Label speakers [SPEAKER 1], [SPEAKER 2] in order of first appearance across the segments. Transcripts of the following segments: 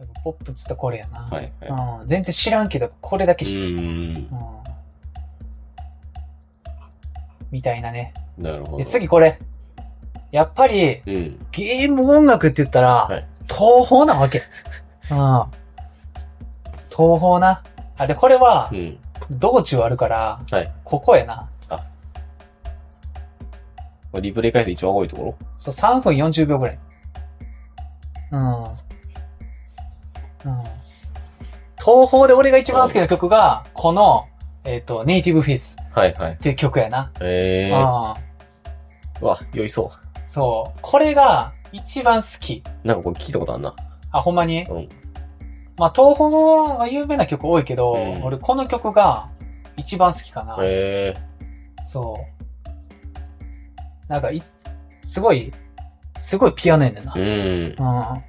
[SPEAKER 1] やっぱポップっつったらこれやな。
[SPEAKER 2] はいは
[SPEAKER 1] うん、全然知らんけど、これだけ
[SPEAKER 2] い。う
[SPEAKER 1] 知ってる。
[SPEAKER 2] ーん
[SPEAKER 1] う。ん。みたいなね。
[SPEAKER 2] なるほ
[SPEAKER 1] で、
[SPEAKER 2] ど。
[SPEAKER 1] 次これ。やっぱり、
[SPEAKER 2] うん。
[SPEAKER 1] ゲーム音楽って言ったら、
[SPEAKER 2] はい
[SPEAKER 1] 東宝なわ け。うん。東宝な。あ、で、これは
[SPEAKER 2] う、ん。
[SPEAKER 1] 道中あるから、
[SPEAKER 2] はい
[SPEAKER 1] ここやな。
[SPEAKER 2] まあリプレイ回数一番多いところ
[SPEAKER 1] そう、3分40秒ぐらい。うん。うん。東宝で俺が一番好きな曲が、この、えっ、と、ネイティブフェイス
[SPEAKER 2] はいはい
[SPEAKER 1] っ。ていう曲やな。
[SPEAKER 2] ええー。
[SPEAKER 1] うん。
[SPEAKER 2] うわ、酔いそ
[SPEAKER 1] そう。これが一番好き。
[SPEAKER 2] う。なんかこれ聞いたことあんな。
[SPEAKER 1] あ、ほんまに
[SPEAKER 2] うん。
[SPEAKER 1] まあ、東宝が有名な曲多いけど、
[SPEAKER 2] うん
[SPEAKER 1] 俺この曲が一番好きかな。
[SPEAKER 2] ええ
[SPEAKER 1] そう。なんかい、すごい、すごいピアノやねんな。
[SPEAKER 2] ー。うん。
[SPEAKER 1] うん。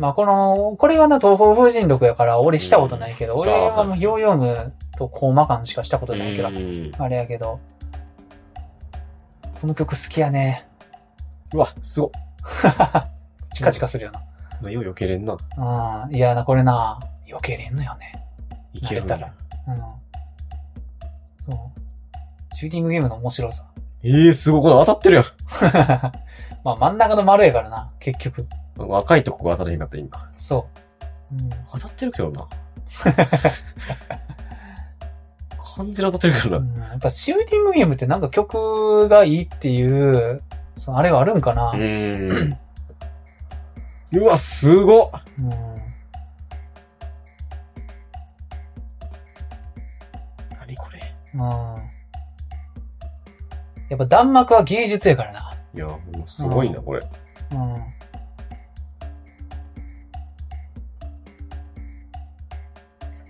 [SPEAKER 1] まあ、この、これはな、東方風神録やから、俺したことないけど、
[SPEAKER 2] うん
[SPEAKER 1] 俺
[SPEAKER 2] あ
[SPEAKER 1] は
[SPEAKER 2] ー
[SPEAKER 1] もう、ヨーヨームとコーマ感しかしたことないけど、
[SPEAKER 2] うん
[SPEAKER 1] あれやけど。この曲好きやね。
[SPEAKER 2] うわ、すごっ。
[SPEAKER 1] チカチカするよ
[SPEAKER 2] まあよう避けれんな。
[SPEAKER 1] な。うん。いやな、これな、避けれんのよね。
[SPEAKER 2] いけるん
[SPEAKER 1] 慣れ
[SPEAKER 2] や
[SPEAKER 1] たら。うん。そう。シューティングゲームの面白さ。
[SPEAKER 2] ええー、すごい。この当たってるやん。
[SPEAKER 1] まあ、真ん中の丸やからな、結局。
[SPEAKER 2] 若いとこが当たらへんかった、今。
[SPEAKER 1] そう。うん。
[SPEAKER 2] 当たってるけど な。感じで当たってるけど
[SPEAKER 1] う
[SPEAKER 2] な。
[SPEAKER 1] んやっぱシューティングゲームってなんか曲がいいっていう、そのあれはあるんかな、
[SPEAKER 2] うーん。うわ、すごっ
[SPEAKER 1] うん
[SPEAKER 2] 何これ
[SPEAKER 1] うんやっぱ弾幕は芸術やからな。
[SPEAKER 2] いや、もうすごいな、これ。
[SPEAKER 1] うん。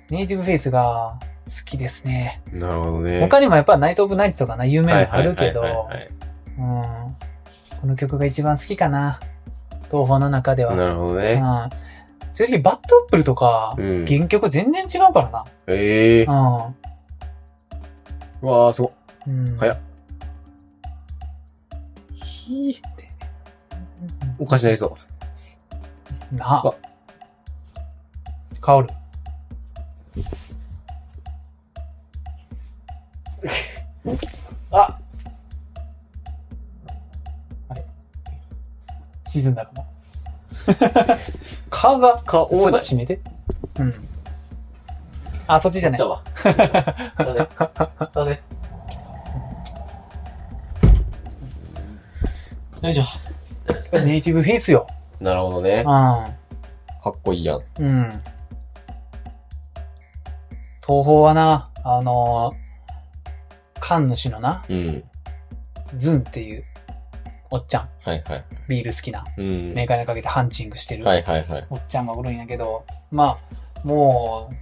[SPEAKER 1] ネイティブフェイスが好きですね。
[SPEAKER 2] なるほどね。
[SPEAKER 1] 他にもやっぱナイト・オブ・ナイツとかな、有名
[SPEAKER 2] はい
[SPEAKER 1] なの
[SPEAKER 2] は
[SPEAKER 1] あ
[SPEAKER 2] い
[SPEAKER 1] るけど、
[SPEAKER 2] はいうはいはい
[SPEAKER 1] んこの曲が一番好きかな。東宝の中では。
[SPEAKER 2] なるほどね。
[SPEAKER 1] うん正直、バッドアップルとか、
[SPEAKER 2] うん。
[SPEAKER 1] 原曲全然違うからな。
[SPEAKER 2] ええー。
[SPEAKER 1] う
[SPEAKER 2] うわー、すごっ。
[SPEAKER 1] ん。うん。
[SPEAKER 2] 早っおかしなりそう。
[SPEAKER 1] な
[SPEAKER 2] わ
[SPEAKER 1] カオル。
[SPEAKER 2] あ
[SPEAKER 1] 沈んだ かも。顔が、
[SPEAKER 2] 顔
[SPEAKER 1] そこ
[SPEAKER 2] ない
[SPEAKER 1] 閉めて。うん。あ、そっちじゃない
[SPEAKER 2] じゃ。 あ、すいません。すいません。
[SPEAKER 1] よいしょ。ネイティブフェイスよ。
[SPEAKER 2] なるほどね。
[SPEAKER 1] う
[SPEAKER 2] かっこいいやん。
[SPEAKER 1] ん。うん。東宝はな、あのー、神主のな、
[SPEAKER 2] うん。
[SPEAKER 1] ズンっていう、おっちゃん。
[SPEAKER 2] はいはい。
[SPEAKER 1] ビール好きな、
[SPEAKER 2] うん。
[SPEAKER 1] メガネかけてハンチングしてる。
[SPEAKER 2] はいはいはい。
[SPEAKER 1] おっちゃんがおるんやけど、まあ、もう、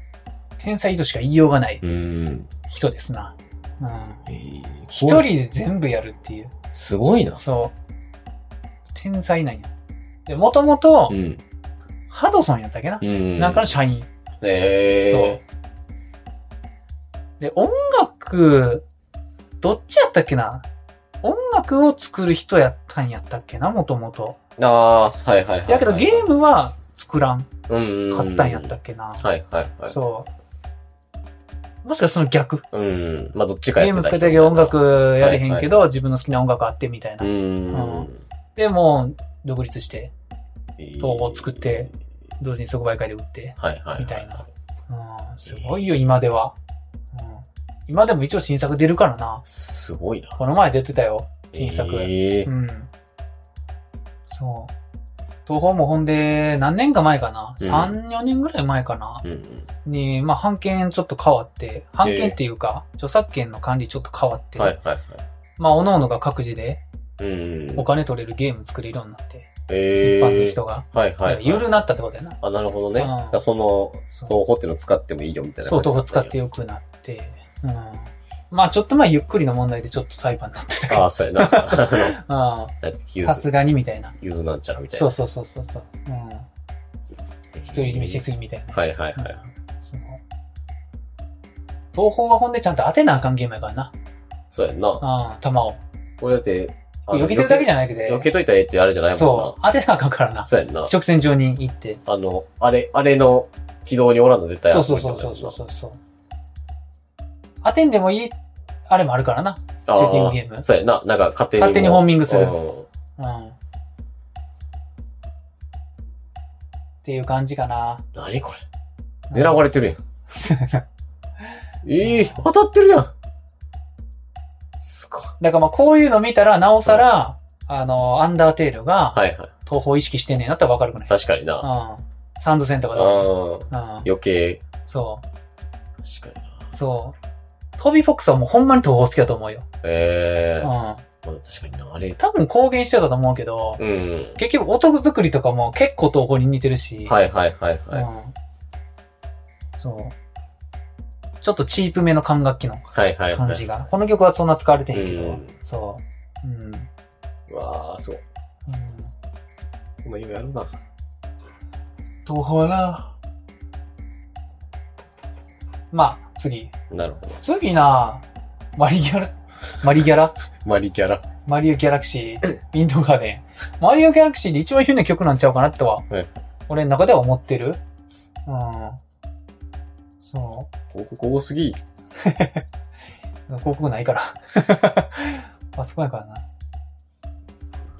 [SPEAKER 1] 天才としか言いようがないう
[SPEAKER 2] ーん。
[SPEAKER 1] 人ですな。うん。
[SPEAKER 2] えー
[SPEAKER 1] 一人で全部やるっていう。
[SPEAKER 2] すごいな。
[SPEAKER 1] そう。天才なんや。で、もともと
[SPEAKER 2] う、ん。
[SPEAKER 1] ハドソンやったっけな、
[SPEAKER 2] うん。
[SPEAKER 1] なんかの社員。
[SPEAKER 2] え
[SPEAKER 1] そう。で、音楽、どっちやったっけな音楽を作る人やったんやったっけなもともと。
[SPEAKER 2] ー。ああ、はいはいはいはい。
[SPEAKER 1] やけどゲームは作らん
[SPEAKER 2] ム
[SPEAKER 1] かったんやったっけな、
[SPEAKER 2] はいはいはい。
[SPEAKER 1] そう。もしかしたらその逆。
[SPEAKER 2] うん。まあ、どっちかや
[SPEAKER 1] ゲーム作ったけど音楽やれへんけど、自分の好きな音楽あってみたいな。
[SPEAKER 2] うー。
[SPEAKER 1] うんで、もう独立して、
[SPEAKER 2] 動
[SPEAKER 1] 動画を作って。同時に即売会で売って、
[SPEAKER 2] はいはいは。
[SPEAKER 1] みたいな。うん、すごいよ、今では、うん。今でも一応新作出るからな。
[SPEAKER 2] すごいな。
[SPEAKER 1] この前出てたよ。新作
[SPEAKER 2] え
[SPEAKER 1] う
[SPEAKER 2] ー
[SPEAKER 1] ん。そう。東宝もほんで、何年か前かな。
[SPEAKER 2] うん
[SPEAKER 1] 3、4年ぐらい前かな。
[SPEAKER 2] うん。
[SPEAKER 1] に、まあ、版権ちょっと変わって、版権っていうか、著作権の管理ちょっと変わって、
[SPEAKER 2] はいはいはい。
[SPEAKER 1] まあ、おののが各自で
[SPEAKER 2] うん
[SPEAKER 1] お。金取れるゲーム作れるようになって、
[SPEAKER 2] え
[SPEAKER 1] 一
[SPEAKER 2] ー
[SPEAKER 1] 般の人が。
[SPEAKER 2] はいはいはい。
[SPEAKER 1] ゆるなったってことやな。
[SPEAKER 2] あ、なるほどね。
[SPEAKER 1] うん
[SPEAKER 2] だからその、
[SPEAKER 1] そう、
[SPEAKER 2] 東宝っていうの使ってもいいよみたいな
[SPEAKER 1] そう
[SPEAKER 2] 感じ
[SPEAKER 1] 徒歩
[SPEAKER 2] だた
[SPEAKER 1] 使
[SPEAKER 2] んや。
[SPEAKER 1] ってよくなって、うん。まあ、ちょっとまあ、ゆっくりの問題でちょっと裁判になってたけ
[SPEAKER 2] あ
[SPEAKER 1] ど、
[SPEAKER 2] あ、そうやな。あ
[SPEAKER 1] あ
[SPEAKER 2] の
[SPEAKER 1] あ
[SPEAKER 2] ゆ
[SPEAKER 1] さ
[SPEAKER 2] ず、
[SPEAKER 1] すがにみたいな。
[SPEAKER 2] ゆずなんちゃらみたい
[SPEAKER 1] そ
[SPEAKER 2] な
[SPEAKER 1] う。そうそうそうそう。うん。独り占めしすぎみたいなやつ。
[SPEAKER 2] はいはいはい
[SPEAKER 1] うんその東宝はほんでちゃんと当てなあかんゲームやからな。
[SPEAKER 2] そうやんな。
[SPEAKER 1] うん、球を。
[SPEAKER 2] これだって、
[SPEAKER 1] 避けてるだけじ
[SPEAKER 2] ゃ
[SPEAKER 1] ゃなくて
[SPEAKER 2] 避。けといたらええってあれじゃないも
[SPEAKER 1] そ
[SPEAKER 2] ん
[SPEAKER 1] う。当てなあかんからな
[SPEAKER 2] な。。そうやんな。
[SPEAKER 1] 直線上に行って。
[SPEAKER 2] あの、あれ、あれの軌道におらんの絶対
[SPEAKER 1] そうそうそうそうそうそうそう。当てんでもいい、あれもあるからな。
[SPEAKER 2] あ
[SPEAKER 1] シューティングゲーム
[SPEAKER 2] そうやんな。なんか勝手にも。
[SPEAKER 1] 勝手にホーミングする
[SPEAKER 2] う
[SPEAKER 1] う
[SPEAKER 2] ん
[SPEAKER 1] ん。っていう感じかな。
[SPEAKER 2] 何これ。狙われてるやん。ええ当たってるやん。すごい。
[SPEAKER 1] だからまあこういうの見たら、なおさら、あの、アンダーテールが、
[SPEAKER 2] はいはい。
[SPEAKER 1] 東方意識してんねえなったらわかるくない、
[SPEAKER 2] 確かにな。
[SPEAKER 1] うん。サンズ戦と
[SPEAKER 2] う
[SPEAKER 1] か
[SPEAKER 2] ん
[SPEAKER 1] だ。うん。
[SPEAKER 2] 余計。
[SPEAKER 1] そ
[SPEAKER 2] 確かにな。
[SPEAKER 1] う。そう。トビー・フォックスはもうほんまに東方好きだと思うよ。う
[SPEAKER 2] ええ
[SPEAKER 1] ん。
[SPEAKER 2] まあ確かにな。あれ。
[SPEAKER 1] 多分公言してたと思うけど、
[SPEAKER 2] うん。
[SPEAKER 1] 結局音作りとかも結構東方に似てるし。
[SPEAKER 2] はいはいはいはい。
[SPEAKER 1] うんそう。ちょっとチープめの管楽器の
[SPEAKER 2] はいはいはい。
[SPEAKER 1] 感じが。この曲はそんな使われてへんけ
[SPEAKER 2] う
[SPEAKER 1] ど
[SPEAKER 2] ん、
[SPEAKER 1] そう。うん。うん
[SPEAKER 2] うわあ、そう。今今やるな。
[SPEAKER 1] 東方なまあ、次。
[SPEAKER 2] なるほど。
[SPEAKER 1] 次なマリギャラ、マリギャラ
[SPEAKER 2] マリキャラ。
[SPEAKER 1] マリオギャラクシー、ウィンドウガーデン。マリオギャラクシーで一番有名な曲なんちゃうかなっては、
[SPEAKER 2] はい
[SPEAKER 1] 俺の中では思ってる。うん。そう。
[SPEAKER 2] 広告多すぎ。
[SPEAKER 1] 広告ない から。あそこやからな。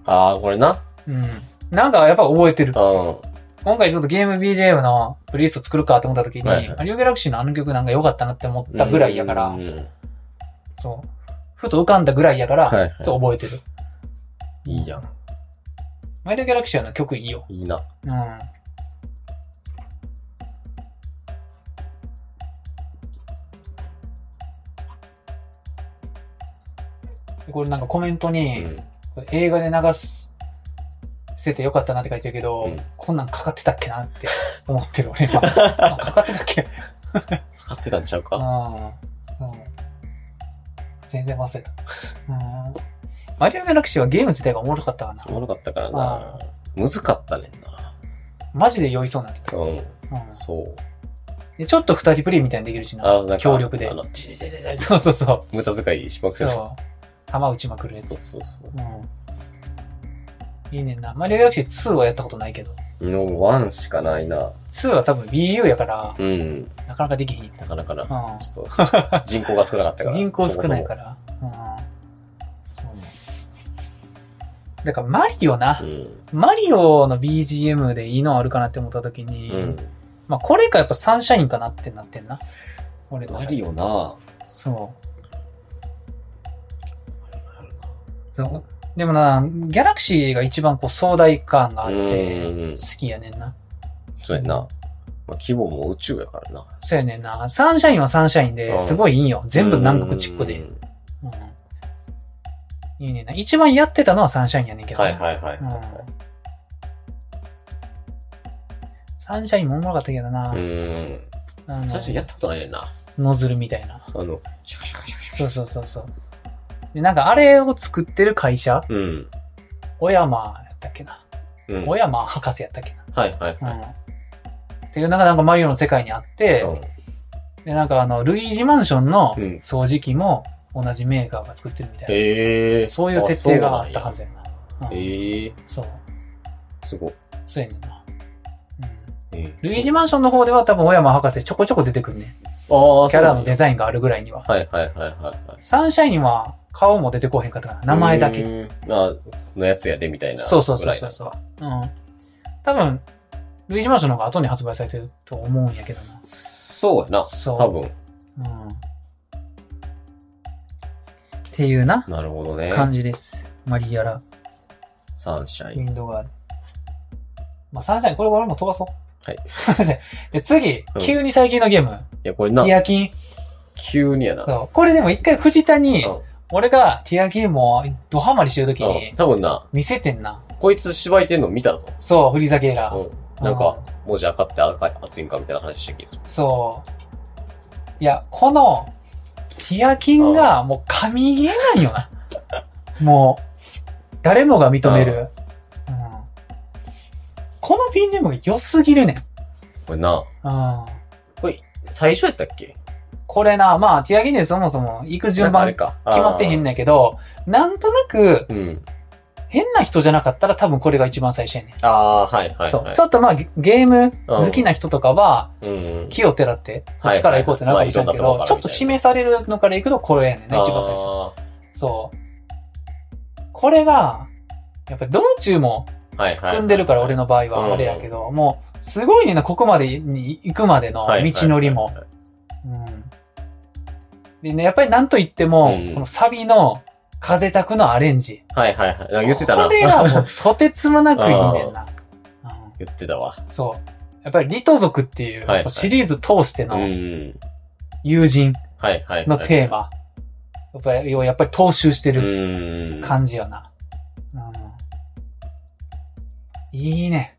[SPEAKER 2] ああ、これな。
[SPEAKER 1] うん。なんかやっぱ覚えてる。
[SPEAKER 2] うん。
[SPEAKER 1] 今回ちょっとゲーム BGM のプレイリスト作るかと思った時に、
[SPEAKER 2] はいはい
[SPEAKER 1] マリオギャラクシーのあの曲なんか良かったなって思ったぐらいやから、
[SPEAKER 2] うん
[SPEAKER 1] そう。ふと浮かんだぐらいやから、
[SPEAKER 2] はいはい
[SPEAKER 1] ちょっと覚えてる。
[SPEAKER 2] いいやん。
[SPEAKER 1] マリオギャラクシーの曲いいよ。
[SPEAKER 2] いいな。
[SPEAKER 1] うん。でこれなんかコメント
[SPEAKER 2] う
[SPEAKER 1] に、
[SPEAKER 2] ん。
[SPEAKER 1] これ映画で流す。しててよかったなって書いてるけど、
[SPEAKER 2] うん
[SPEAKER 1] こんなんかかってたっけなって思ってる俺 今。あかかってたっけ
[SPEAKER 2] かかってたんちゃう
[SPEAKER 1] うん
[SPEAKER 2] か。。
[SPEAKER 1] そう。全然忘れた。うん。マリオ・ギャラクシーはゲーム自体がおもろかったかな。
[SPEAKER 2] おもろかったからな。むずかったねんな。
[SPEAKER 1] マジで酔いそうになって
[SPEAKER 2] うん。
[SPEAKER 1] た。うん。
[SPEAKER 2] そう。
[SPEAKER 1] で、ちょっと二人プレイみたいにできるしな。
[SPEAKER 2] あなんか
[SPEAKER 1] 協力で
[SPEAKER 2] あの、ちちちちち
[SPEAKER 1] そうそうそ
[SPEAKER 2] 無駄遣いしま
[SPEAKER 1] う。
[SPEAKER 2] くってる。そ
[SPEAKER 1] そう。弾打ちまくるや
[SPEAKER 2] う
[SPEAKER 1] つ。
[SPEAKER 2] そうそう
[SPEAKER 1] うん。いいねんな。マリオ・ギャラクシー2はやったことないけど。
[SPEAKER 2] の1しかないな。
[SPEAKER 1] 2は多分 BU やから、
[SPEAKER 2] うん。
[SPEAKER 1] なかなかできひん。
[SPEAKER 2] なかなかな。
[SPEAKER 1] うん。
[SPEAKER 2] ちょっと、人口が少なかったから。
[SPEAKER 1] 人口少ない
[SPEAKER 2] ら。
[SPEAKER 1] から。うん。そう。だからマリオな
[SPEAKER 2] う。ん。
[SPEAKER 1] マリオの BGM でいいのあるかなって思った時に、
[SPEAKER 2] うん。
[SPEAKER 1] まあこれかやっぱサンシャインかなってなってんな。俺の
[SPEAKER 2] マリオな。
[SPEAKER 1] そう。そう。でもな、ギャラクシーが一番こう壮大感があ
[SPEAKER 2] う
[SPEAKER 1] って、
[SPEAKER 2] ん。
[SPEAKER 1] 好きやねんな。
[SPEAKER 2] そうやな。まあ、規模も宇宙やからな。
[SPEAKER 1] そうやねんな。サンシャインはサンシャインですごいいいんよ。全部南国チックで
[SPEAKER 2] う。ん。
[SPEAKER 1] うん。いいねんな。一番やってたのはサンシャインやねんけどな。
[SPEAKER 2] はいはいはい。
[SPEAKER 1] うんサンシャインもおもろかったけどな。
[SPEAKER 2] うん。
[SPEAKER 1] あの
[SPEAKER 2] 最初やったことないよな。
[SPEAKER 1] ノズルみたいな。
[SPEAKER 2] あの、シャカシャカシャカシャ
[SPEAKER 1] そうそうそうそう。で、なんかあれを作ってる会社、
[SPEAKER 2] カ。うん。
[SPEAKER 1] 小山やったっけな。
[SPEAKER 2] うん。
[SPEAKER 1] 小
[SPEAKER 2] はい
[SPEAKER 1] 山博士やったっけ
[SPEAKER 2] はいはい。
[SPEAKER 1] な。うん。っていうのがなんかマリオの世界にあって、で、なんかあの、ルイージマンションの
[SPEAKER 2] うん
[SPEAKER 1] 掃除機も同じメーカーが作ってるみたいな。
[SPEAKER 2] ええ。
[SPEAKER 1] そういう設定があったはずやな。うん
[SPEAKER 2] ええ。
[SPEAKER 1] そう。
[SPEAKER 2] すごい。
[SPEAKER 1] そうやねんな。うん。
[SPEAKER 2] ええ
[SPEAKER 1] ルイージマンションの方では多分小山博士ちょこちょこ出てくるね。
[SPEAKER 2] ああ、
[SPEAKER 1] キャラのデ
[SPEAKER 2] ザ
[SPEAKER 1] ザインがあるぐらいには。
[SPEAKER 2] はいはいはいはいはい。
[SPEAKER 1] サンシャインは顔も出てこへんかったから、名前だけ。うん。
[SPEAKER 2] け。あのやつやでみたいな。
[SPEAKER 1] そうそうそうそうそう
[SPEAKER 2] ぐらいな
[SPEAKER 1] 多分、ルイージマンションの方が後に発売されてると思うんやけどな。
[SPEAKER 2] んかそうやな。
[SPEAKER 1] そう
[SPEAKER 2] 多分。
[SPEAKER 1] うん。っていうな、
[SPEAKER 2] なるほどね。
[SPEAKER 1] 感じです。マリアラ、
[SPEAKER 2] サンシャ
[SPEAKER 1] ウ
[SPEAKER 2] イン。
[SPEAKER 1] ィンドガール。まあ、サンシャイン、これ俺も飛ばそう。
[SPEAKER 2] はい。
[SPEAKER 1] で、次
[SPEAKER 2] う、ん
[SPEAKER 1] 急に最近のゲーム、
[SPEAKER 2] いや、これ
[SPEAKER 1] テ
[SPEAKER 2] な、
[SPEAKER 1] ィアキン。
[SPEAKER 2] 急にやな。
[SPEAKER 1] そう。これでも一回藤田に、
[SPEAKER 2] うん
[SPEAKER 1] 俺がティアキンもドハマりしてるとき
[SPEAKER 2] うん
[SPEAKER 1] に、
[SPEAKER 2] 多分な、
[SPEAKER 1] 見せてんな。
[SPEAKER 2] こいつ芝居てんの見たぞ。
[SPEAKER 1] そう、フリーザゲーラー。
[SPEAKER 2] うん。なんか、文字赤って赤い熱いんかみたいな話してきてする。
[SPEAKER 1] そう。いや、この、ティアキンがもう神ゲーなん よな。もう、誰もが認める。うん、この BGM が良すぎるねん。
[SPEAKER 2] これな、
[SPEAKER 1] うん、
[SPEAKER 2] 最初やったっけ
[SPEAKER 1] これな、まあ、ティアキンでそもそも行く順
[SPEAKER 2] なんかあ
[SPEAKER 1] 番
[SPEAKER 2] れ
[SPEAKER 1] 決
[SPEAKER 2] か。
[SPEAKER 1] まってへん
[SPEAKER 2] ね。
[SPEAKER 1] ねんけど、なんとなく、
[SPEAKER 2] うん。
[SPEAKER 1] 変な人じゃなかったら多分これが一番最初やねん。
[SPEAKER 2] ああー、はいはい、はい。
[SPEAKER 1] そう。ちょっとまあゲゲーム好きな人とかは、
[SPEAKER 2] うん。
[SPEAKER 1] 木をてらって、こっちから行こうってなるかもしれんけ
[SPEAKER 2] はいはい
[SPEAKER 1] ど
[SPEAKER 2] はいまあいろんなとこからみたいな、
[SPEAKER 1] ちょっと示されるのから行くとこれやねんね、一番最初。
[SPEAKER 2] あ
[SPEAKER 1] そう。これが、やっぱり道中も
[SPEAKER 2] ーはいはい。
[SPEAKER 1] 組んでるから俺
[SPEAKER 2] の
[SPEAKER 1] の場合
[SPEAKER 2] うん
[SPEAKER 1] はあれやけど、もうすごいねんな、ここまでに行くまでの道のりも。。うんでね、やっぱりなんと言っても、
[SPEAKER 2] うん
[SPEAKER 1] このサビの風たくのアレンジ。
[SPEAKER 2] はいはいはい。なんか言ってたな。
[SPEAKER 1] これがもうとてつもなくいいねんな。うん
[SPEAKER 2] 言ってたわ。
[SPEAKER 1] そう。やっぱりリト族っていう、
[SPEAKER 2] はいはい
[SPEAKER 1] シリーズ通して
[SPEAKER 2] う
[SPEAKER 1] の
[SPEAKER 2] ん。
[SPEAKER 1] 友人
[SPEAKER 2] はいはいはい。
[SPEAKER 1] のテー。マ。やっぱり、要はやっぱり踏襲して
[SPEAKER 2] う
[SPEAKER 1] る
[SPEAKER 2] ん。
[SPEAKER 1] 感じよな。うん。いいね。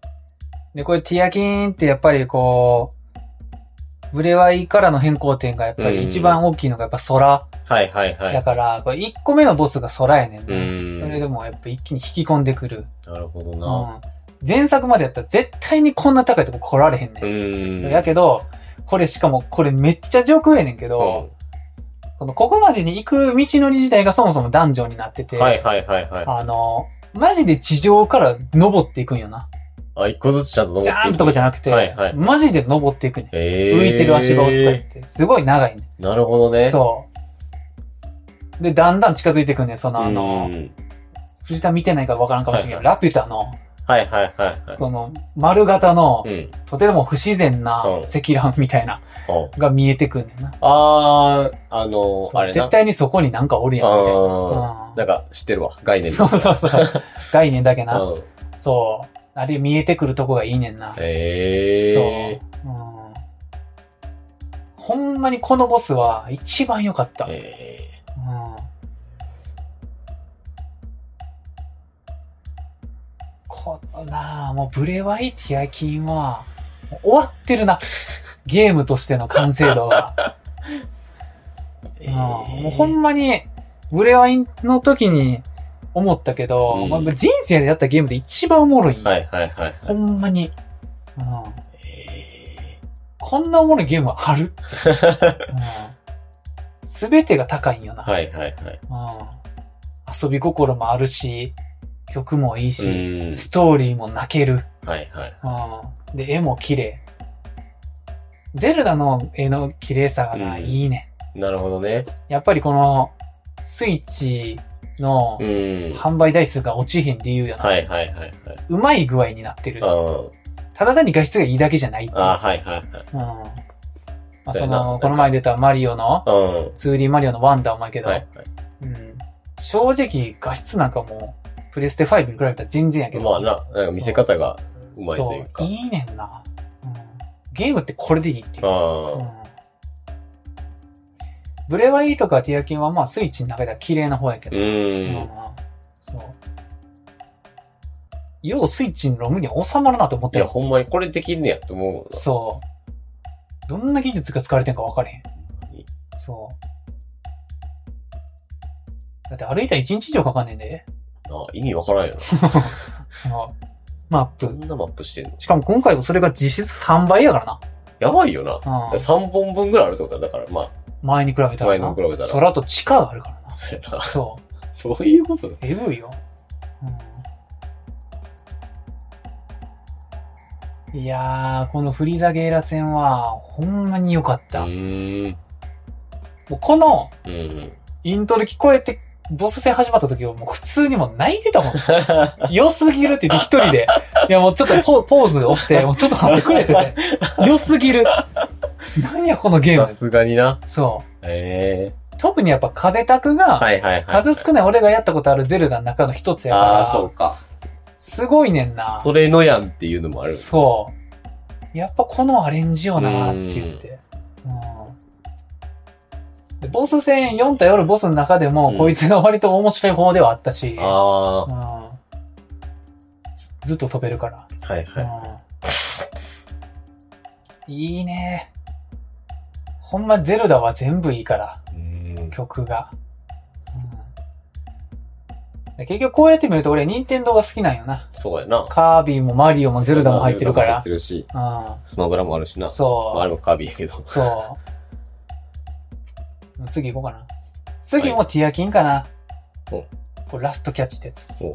[SPEAKER 1] で、これティアキーンってやっぱりこう、ブレワイからの変更点がやっぱり一番大きいのがやっぱ空
[SPEAKER 2] はいはいは
[SPEAKER 1] だ
[SPEAKER 2] い。
[SPEAKER 1] から、これ1個目のボスが空やねんな
[SPEAKER 2] うん
[SPEAKER 1] それでもやっぱ一気に引き込んでくる。
[SPEAKER 2] なるほど
[SPEAKER 1] う
[SPEAKER 2] な。
[SPEAKER 1] ん。前作までやったら絶対にこんな高いとこ来られへんね。
[SPEAKER 2] うんん。
[SPEAKER 1] やけど、これしかもこれめっちゃ上空やねんけど、このここまでに行く道のり自体がそもそもダンジョンになって
[SPEAKER 2] う
[SPEAKER 1] て、
[SPEAKER 2] んはいはいはいはい。
[SPEAKER 1] あの、マジで地上から登っていくんよな。
[SPEAKER 2] あ、一個ずつちゃんと登って
[SPEAKER 1] ジャーンとかじゃなくて、
[SPEAKER 2] はいはい
[SPEAKER 1] マジで登っていくね。
[SPEAKER 2] えー
[SPEAKER 1] 浮いてる足場を使って。すごい長いね。
[SPEAKER 2] なるほどね。
[SPEAKER 1] そう。で、だんだん近づいていくね。その、あの
[SPEAKER 2] う、ん
[SPEAKER 1] 藤田見てないからわからんかもしれんけど、
[SPEAKER 2] はい
[SPEAKER 1] ラピュタの、
[SPEAKER 2] はいはいはいは
[SPEAKER 1] この、丸型の、
[SPEAKER 2] い。うん。
[SPEAKER 1] とても不自然
[SPEAKER 2] う
[SPEAKER 1] なん積乱みたいな、
[SPEAKER 2] ほう
[SPEAKER 1] が見えてくんねんな。
[SPEAKER 2] あー、あの
[SPEAKER 1] そ
[SPEAKER 2] ー、
[SPEAKER 1] う
[SPEAKER 2] あれな。
[SPEAKER 1] 絶対にそこになんかおるやん、みたいな。
[SPEAKER 2] あ
[SPEAKER 1] うん
[SPEAKER 2] ーなんか知ってるわ、概念
[SPEAKER 1] そうそうそう。 概念だけな。
[SPEAKER 2] うん。
[SPEAKER 1] そう。あれ見えてくるとこがいいねんな。
[SPEAKER 2] えー。
[SPEAKER 1] そう、うん。ほんまにこのボスは一番良かった。うん、
[SPEAKER 2] え
[SPEAKER 1] このなあもうブレワイティアキンは、もう終わってるな。ゲームとしての完成度は。
[SPEAKER 2] ー
[SPEAKER 1] う
[SPEAKER 2] え
[SPEAKER 1] ん、
[SPEAKER 2] ー
[SPEAKER 1] もうほんまに、ブレワイの時に思ったけど、
[SPEAKER 2] うん
[SPEAKER 1] まあ人生でやったゲームで一番おもろい。
[SPEAKER 2] はいはいはい
[SPEAKER 1] ほ
[SPEAKER 2] はい。
[SPEAKER 1] んまに。うん
[SPEAKER 2] え
[SPEAKER 1] こんなおもろいゲームある
[SPEAKER 2] ー
[SPEAKER 1] すべ、全てが高いんよな、
[SPEAKER 2] はいはいは
[SPEAKER 1] う
[SPEAKER 2] い。
[SPEAKER 1] ん。遊び心もあるし、曲もいいうし、
[SPEAKER 2] ん。
[SPEAKER 1] ストーリーも泣ける、
[SPEAKER 2] はいはい。
[SPEAKER 1] うん。で、絵も綺麗。ゼルダの絵の綺麗さがな、
[SPEAKER 2] うん
[SPEAKER 1] いいね。
[SPEAKER 2] なるほどね。
[SPEAKER 1] やっぱりこの、スイッチの
[SPEAKER 2] うん。
[SPEAKER 1] 販売台数が落ちへん理由やな。
[SPEAKER 2] はいはいはいはい。
[SPEAKER 1] うまい具合になってる
[SPEAKER 2] う。ん。
[SPEAKER 1] ただ単に画質がいいだけじゃないっていう。
[SPEAKER 2] あーはいはいはい。
[SPEAKER 1] うん。まあ、
[SPEAKER 2] そう
[SPEAKER 1] そ
[SPEAKER 2] やな
[SPEAKER 1] の、この前出たマリオの、
[SPEAKER 2] うん。は
[SPEAKER 1] 2D マリオの1だお前け
[SPEAKER 2] い
[SPEAKER 1] ど、
[SPEAKER 2] はい。
[SPEAKER 1] うん、正直画質なんかもうプレステ5に比べたら全然やけど、
[SPEAKER 2] まあな、なんか見せ方がうまいという
[SPEAKER 1] そ
[SPEAKER 2] か。
[SPEAKER 1] ういいねんな、うん、ゲームってこれでいいっていう、
[SPEAKER 2] あ
[SPEAKER 1] うん
[SPEAKER 2] あ、
[SPEAKER 1] ブレワイとかティアキンはまあスイッチの中では綺麗な方やけ
[SPEAKER 2] う
[SPEAKER 1] ど、うん
[SPEAKER 2] ん。
[SPEAKER 1] そうようスイッチのロムに収まるなと思っ
[SPEAKER 2] い
[SPEAKER 1] た
[SPEAKER 2] や、
[SPEAKER 1] よ
[SPEAKER 2] ほんまにこれできんねやと思う
[SPEAKER 1] そうどんな技術が使われてんか分からへん
[SPEAKER 2] に
[SPEAKER 1] そうだって歩いたら1日以上かかんねんで
[SPEAKER 2] な。あ意味わからんよ な。
[SPEAKER 1] そのマップ
[SPEAKER 2] どんなマップしてんの
[SPEAKER 1] しかも今回もそれが実質3倍やから
[SPEAKER 2] やばいよな。
[SPEAKER 1] な。うん、
[SPEAKER 2] 3本分ぐらいあるってことだ。だから、ま
[SPEAKER 1] 前に比べたらな。
[SPEAKER 2] 前に比べたら
[SPEAKER 1] 空と地下があるから
[SPEAKER 2] あ、そうやな
[SPEAKER 1] な。。そう。
[SPEAKER 2] どういうことだ
[SPEAKER 1] えぐいよ。うん、いやー、このフリーザゲーラ戦は、ほんまに良かった。
[SPEAKER 2] う
[SPEAKER 1] も
[SPEAKER 2] ーん。
[SPEAKER 1] うこの、
[SPEAKER 2] うん。
[SPEAKER 1] イントロ聞こえて、ボス戦始まった時はもう普通にもう泣いてたもん。 良すぎるって言って一人で。いやもうちょっとポポーズをして、もうちょっと待ってくれって言って。良すぎる。なんやこのゲー
[SPEAKER 2] さ
[SPEAKER 1] ム。
[SPEAKER 2] すがにな。
[SPEAKER 1] そう。
[SPEAKER 2] え
[SPEAKER 1] 特にやっぱ風タク
[SPEAKER 2] え
[SPEAKER 1] が、
[SPEAKER 2] はいはいはい。
[SPEAKER 1] 数少ない俺がやったことあるゼルダの中の一つやから、
[SPEAKER 2] ああ、そうか。
[SPEAKER 1] すごいねんな。
[SPEAKER 2] それのやんっていうのもある。
[SPEAKER 1] そう。やっぱこのアレンジよなって言って。うんでボス戦4対夜ボスの中でも、
[SPEAKER 2] うん
[SPEAKER 1] こいつが割と面白い方ではあったし、
[SPEAKER 2] あ
[SPEAKER 1] うん、ずずっと飛べるから。
[SPEAKER 2] あ、はいはい。
[SPEAKER 1] うん、いいね。ほんまゼルダは全部いいから。
[SPEAKER 2] うん
[SPEAKER 1] 曲が。うん、結局こうやって見ると俺、任天堂が好きなんよな。
[SPEAKER 2] そうやな。
[SPEAKER 1] カービィもマリオもゼルダも入ってるか
[SPEAKER 2] ゼルダ
[SPEAKER 1] ら
[SPEAKER 2] も入って。るし、
[SPEAKER 1] う
[SPEAKER 2] スマブラもあるしな。
[SPEAKER 1] ん、そ
[SPEAKER 2] ま
[SPEAKER 1] う。
[SPEAKER 2] ああれもカービィやけど。
[SPEAKER 1] そう。次行こうかな。次もティアキンかな。
[SPEAKER 2] お
[SPEAKER 1] これラストキャッチってやつ。
[SPEAKER 2] お